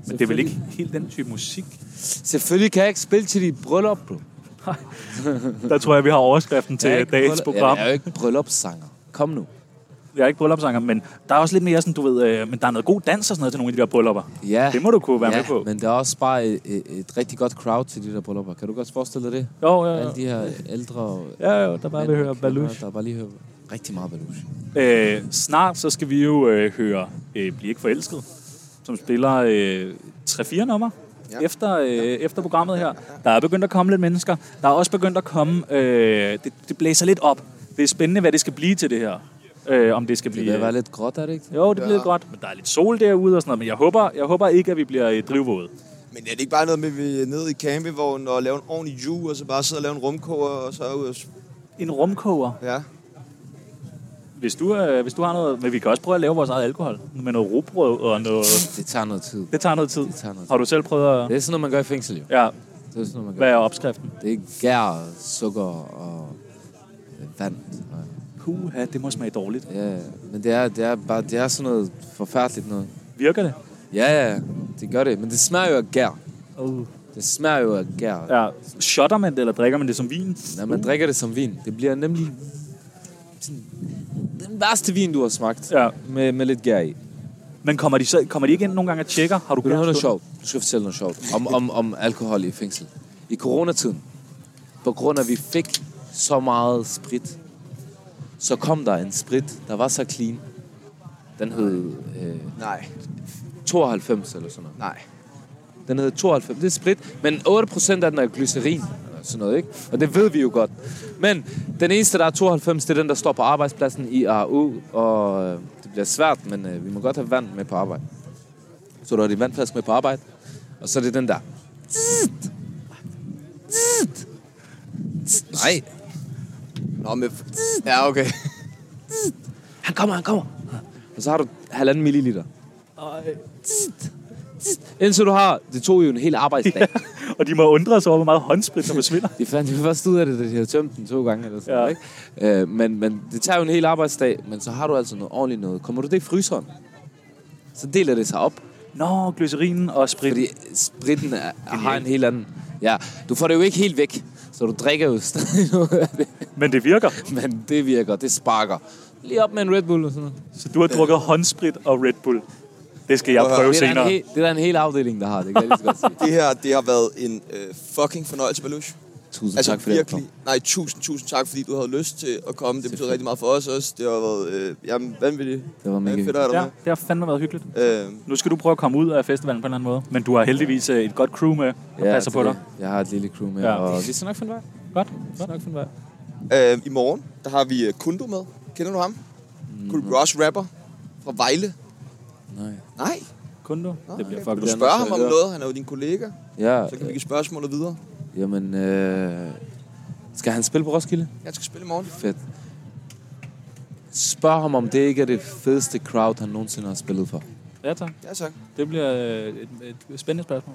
Speaker 3: det er vel ikke helt den type musik?
Speaker 4: Selvfølgelig kan jeg ikke spille til dit bryllup, bro.
Speaker 3: Der tror jeg, vi har overskriften
Speaker 4: Jeg er
Speaker 3: til
Speaker 4: ikke
Speaker 3: dagens
Speaker 4: bryllup-
Speaker 3: program.
Speaker 4: Jeg er jo ikke bryllupssanger. Kom nu.
Speaker 3: Jeg er ikke bryllupsanger, men der er også lidt mere sådan, du ved, øh, men der er noget god dans og sådan noget til nogle af de der bryllupper.
Speaker 4: Ja.
Speaker 3: Det må du kunne være
Speaker 4: ja,
Speaker 3: med på.
Speaker 4: men der er også bare et, et, et rigtig godt crowd til de der bryllupper. Kan du godt forestille dig det?
Speaker 3: Jo, jo,
Speaker 4: Alle
Speaker 3: jo.
Speaker 4: de her ældre...
Speaker 3: Ja, jo, der bare vil
Speaker 4: mænd og
Speaker 3: høre
Speaker 4: kvinder,
Speaker 3: Balush.
Speaker 4: Der bare lige hører rigtig meget Balush.
Speaker 3: Øh, snart så skal vi jo øh, høre øh, Bliv ikke forelsket, som spiller øh, 3-4 nummer ja.
Speaker 1: Ja.
Speaker 3: efter, øh, efter programmet her. Der er begyndt at komme lidt mennesker. Der er også begyndt at komme... Øh, det, det blæser lidt op. Det er spændende, hvad det skal blive til det her. Øh, om det skal
Speaker 4: Det
Speaker 3: blive...
Speaker 4: vil være lidt gråt, er det ikke?
Speaker 3: Jo, det bliver lidt godt, men der er lidt sol derude og sådan noget, men jeg håber, jeg håber ikke, at vi bliver øh, drivvåde.
Speaker 1: Men er det ikke bare noget med, at vi er nede i campingvognen og laver en ordentlig jul, og så bare sidde og lave en rumkoger, og så er ud og... s-
Speaker 3: En rumkoger.
Speaker 1: Ja.
Speaker 3: Hvis du, øh, hvis du har noget... Men vi kan også prøve at lave vores eget alkohol med noget rugbrød og noget...
Speaker 4: Det tager noget tid.
Speaker 3: Det tager noget tid. Det
Speaker 4: tager noget tid.
Speaker 3: Har du selv prøvet
Speaker 4: Det
Speaker 3: at...
Speaker 4: er sådan noget, man gør i fængsel, jo.
Speaker 3: Ja,
Speaker 4: Det er sådan noget, man gør.
Speaker 3: hvad er opskriften?
Speaker 4: Det er gær, og sukker og øh, vand. og-
Speaker 3: Puha, det må smage dårligt.
Speaker 4: Ja, men det er, det er bare det er sådan noget forfærdeligt noget.
Speaker 3: Virker det?
Speaker 4: Ja, ja, det gør det. Men det smager jo af gær.
Speaker 3: Uh.
Speaker 4: Det smager jo af gær.
Speaker 3: Ja. Shotter man det, eller drikker man det som vin?
Speaker 4: Når man drikker det som vin, det bliver nemlig sådan den værste vin, du har smagt.
Speaker 3: Ja.
Speaker 4: Med, med lidt gær i.
Speaker 3: Men kommer de, så, kommer de ikke ind nogle gange og tjekker? Har du
Speaker 4: Vil du have noget
Speaker 3: stående?
Speaker 4: sjovt? Du skal fortælle noget sjovt om, om, om alkohol i fængsel. I coronatiden, på grund af, at vi fik så meget sprit, så kom der en sprit, der var så clean. Den hed øh,
Speaker 1: Nej,
Speaker 4: 92 eller sådan noget.
Speaker 1: nej.
Speaker 4: Den hed 92. Det er sprit, men 8% af den er glycerin. Eller sådan noget, ikke? Og det ved vi jo godt. Men den eneste, der er 92, det er den, der står på arbejdspladsen i AU. Og øh, det bliver svært, men øh, vi må godt have vand med på arbejde. Så du har din vandflaske med på arbejde. Og så er det den der. Nej.
Speaker 1: Nå, men... *laughs* Ja, okay.
Speaker 4: Han kommer, han kommer. Og så har du halvanden milliliter. Indtil du har... Det tog jo en hel arbejdsdag.
Speaker 3: Og de må undre sig over, hvor meget håndsprit, der forsvinder.
Speaker 4: De fandt jo først ud af det, da de havde tømt den to gange eller sådan
Speaker 3: Ja.
Speaker 4: ja. ikke? Øh, men, men det tager jo en hel arbejdsdag, men så har du altså noget ordentligt noget. Kommer du det i fryseren, så deler det sig op,
Speaker 3: *laughs* Nå, glycerinen og sprit.
Speaker 4: fordi
Speaker 3: Fordi...
Speaker 4: spritten er, har en helt anden... Ja, du får det jo ikke helt væk, så du drikker jo stadig noget af det.
Speaker 3: Men det virker.
Speaker 4: *laughs* Men det virker, det sparker. Lige op med en Red Bull og sådan noget.
Speaker 3: Så du har drukket håndsprit og Red Bull. Det skal jeg
Speaker 1: Prøv at
Speaker 3: prøve
Speaker 1: høre.
Speaker 4: Det er, der
Speaker 3: senere.
Speaker 4: en hel, det er der en hel afdeling, der har det, kan jeg lige så godt sige.
Speaker 1: Det her, det har været en øh, fucking fornøjelse, Balush.
Speaker 4: *laughs* Tusind
Speaker 1: Altså
Speaker 4: tak for det,
Speaker 1: virkelig, nej, tusind, tusind tak, fordi du havde lyst til at komme. Det betyder rigtig meget for os også. Det har været, øh, jamen, vanvittigt.
Speaker 4: Det var mega
Speaker 1: fedt at have
Speaker 3: Ja,
Speaker 1: dig
Speaker 3: det har fandme været hyggeligt.
Speaker 1: med. Øh,
Speaker 3: Nu skal du prøve at komme ud af festivalen på en eller anden måde. Men du har heldigvis øh, et godt crew med, der ja, passer
Speaker 4: det
Speaker 3: på
Speaker 4: er
Speaker 3: dig.
Speaker 4: det. Jeg har et lille crew med,
Speaker 3: Ja.
Speaker 4: ja. og
Speaker 8: Vi skal nok finde vej.
Speaker 3: Godt.
Speaker 8: Vi skal nok finde vej.
Speaker 1: Øh, I morgen, der har vi øh, Kundo med. Kender du ham? Mm. Kundo Ross rapper fra Vejle.
Speaker 4: Nej.
Speaker 1: Nej,
Speaker 3: Kun du.
Speaker 1: nej.
Speaker 3: Det bliver fucking
Speaker 1: du
Speaker 4: bliver
Speaker 1: spørger ham
Speaker 4: nødt til
Speaker 1: om
Speaker 4: at høre.
Speaker 1: noget, han er jo din kollega.
Speaker 4: ja,
Speaker 1: Så kan vi give spørgsmålet videre.
Speaker 4: øh, jamen, øh, skal han spille på Roskilde?
Speaker 1: Jeg skal spille i morgen.
Speaker 4: Fedt. Spørg ham, om det ikke er det fedeste crowd, han nogensinde har spillet for.
Speaker 3: Ja, tak.
Speaker 1: Ja, tak.
Speaker 3: Det bliver øh, et, et spændende spørgsmål.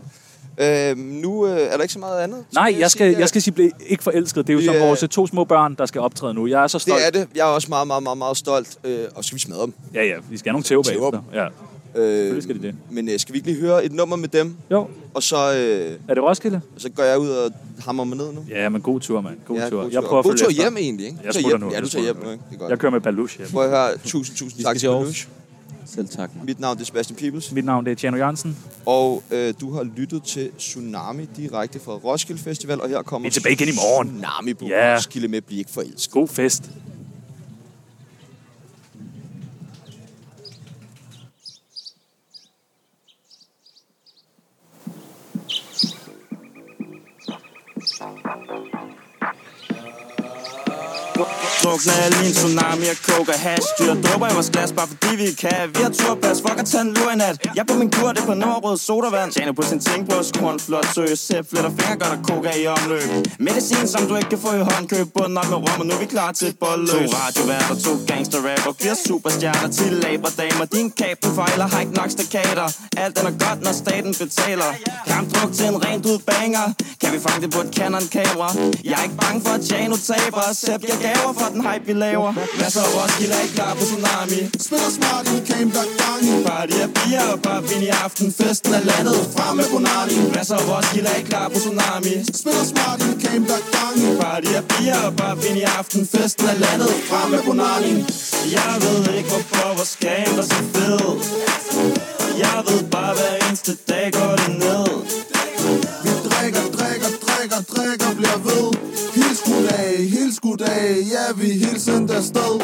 Speaker 1: Øh, nu øh, er der ikke så meget andet.
Speaker 3: Nej, jeg skal,
Speaker 1: sige,
Speaker 3: jeg skal sige, blive ikke forelsket. Det er jo
Speaker 1: Vi,
Speaker 3: som
Speaker 1: øh,
Speaker 3: vores to små børn, der skal optræde nu. Jeg er så
Speaker 1: Det
Speaker 3: stolt.
Speaker 1: er det. Jeg er også meget, meget, meget, meget stolt. Øh, og skal vi smadre dem?
Speaker 3: Ja, ja, vi skal have nogle tæve
Speaker 1: Tæver
Speaker 3: bagefter. Ja.
Speaker 1: Øh,
Speaker 3: skal de det.
Speaker 1: Men øh, skal vi ikke lige høre et nummer med dem?
Speaker 3: Jo,
Speaker 1: Og så, øh,
Speaker 3: er det Roskilde?
Speaker 1: så går jeg ud og hammer mig ned nu.
Speaker 3: Ja, men god tur, mand. God
Speaker 1: Ja,
Speaker 3: tur.
Speaker 1: god
Speaker 3: Jeg prøver at
Speaker 1: god
Speaker 3: følge
Speaker 1: tur
Speaker 3: efter.
Speaker 1: hjem egentlig, ikke?
Speaker 3: Jeg
Speaker 1: Tag
Speaker 3: smutter
Speaker 1: hjem.
Speaker 3: nu.
Speaker 1: Ja,
Speaker 3: Jeg
Speaker 1: du tager
Speaker 3: smutter
Speaker 1: hjem
Speaker 3: nu.
Speaker 1: nu, ikke? Det er godt.
Speaker 3: Jeg kører med Balush hjem.
Speaker 1: Prøv at høre. Tusind, tusind tak
Speaker 4: skal
Speaker 1: til
Speaker 4: til
Speaker 1: Balush.
Speaker 4: Selv tak, mand.
Speaker 1: Mit navn er Sebastian Peebles,
Speaker 3: Mit navn det er Tjerno Jørgensen.
Speaker 1: og øh, du har lyttet til Tsunami direkte fra Roskilde Festival, og her kommer
Speaker 3: Vi er tilbage igen i morgen.
Speaker 1: Tsunami på
Speaker 3: Ja.
Speaker 1: Roskilde med Bliv ikke forelsket.
Speaker 3: God fest.
Speaker 2: Drukner jeg lige en tsunami og koger hash Dyr dropper i vores glas, bare fordi vi kan Vi har turpas, fuck at tage en lur i nat Jeg på min kur, det er på nordrød sodavand Tjener på sin ting på at skrue en flot sø Sæt fletter finger, godt og koger i omløb Medicin, som du ikke kan få i håndkøb Bunden op med rum, og nu er vi klar til et bolløs To radioværter, to gangster rapper Fire superstjerner, til laber damer Din kab, du fejler, har ikke nok stakater Alt den er godt, når staten betaler Kampdruk til en rent ud banger Kan vi fange det på et Canon-kamera? Jeg er ikke bange for, at Jano taber Sæt, jeg gaver for den hype, vi laver Masser af Roskilde er ikke klar på tsunami
Speaker 7: Spiller smart i camp, der er gang i.
Speaker 2: Party er bier og bare vin i aften Festen er landet, frem med Bonani Masser af Roskilde er ikke klar på tsunami
Speaker 7: Spiller smart i camp, der er gang i.
Speaker 2: Party er bier og bare vin i aften Festen er landet, frem med Bonani Jeg ved ikke hvorfor vores game er så fed Jeg ved bare hver eneste dag går det ned
Speaker 7: Vi drikker, drikker, drikker, drikker, bliver ved. Hils goddag, hils goddag, ja vi er hilsen der sted.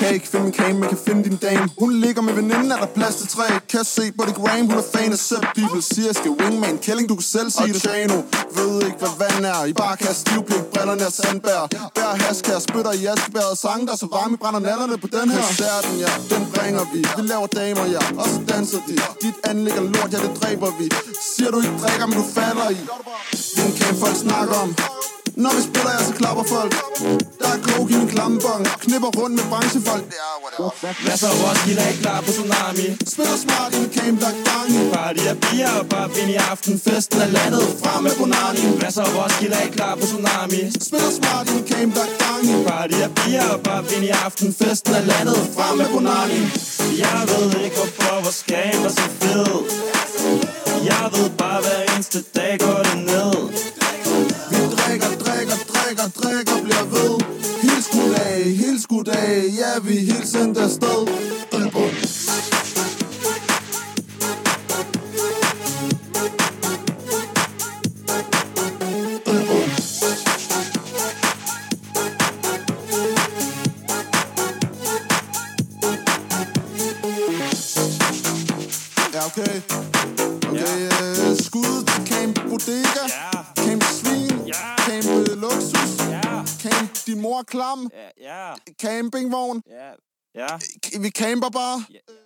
Speaker 7: Kan ikke finde min kame, men kan finde din dame Hun ligger med veninden, er der plads til tre Kan se på det gram, hun er fan af sub people Siger, jeg skal wingman, kælling, du kan selv sige det Chano, ved ikke hvad vand er I bare kan stivplik, brillerne er sandbær Bær haskær, spytter i askebæret Sange, der er så varme, I brænder natterne på den her Koncerten, ja, den bringer vi Vi laver damer, ja, og så danser de Dit anlæg er lort, ja, det dræber vi Siger du ikke drikker, men du falder i Din kan folk snakker om når vi spiller, jeg så klapper folk Der er coke i min klammebong Knipper rundt med branchefolk Ja, whatever
Speaker 2: Masser af Roskilde er ikke klar på tsunami
Speaker 7: Spiller smart i min camp, der er gang i.
Speaker 2: Party er bier og bare vin i aften Festen er landet, frem med Bonani Masser af Roskilde er ikke klar på tsunami
Speaker 7: Spiller smart i min camp, der er gang i.
Speaker 2: Party er bier og bare vin i aften Festen er landet frem med Bonani Jeg ved ikke hvorfor vores game er så fed Jeg ved bare hver eneste dag går det ned
Speaker 7: Vi drikker, drikker, drikker, drikker Bliver ved Hils goddag, hils goddag Ja, vi er hilsen der sted Ja, okay Okay, øh, skud til Camp Bodega Camp Svin Camp øh, Luksus Camp Din Mor er Klam Campingvogn
Speaker 2: Ja,
Speaker 7: Vi camper bare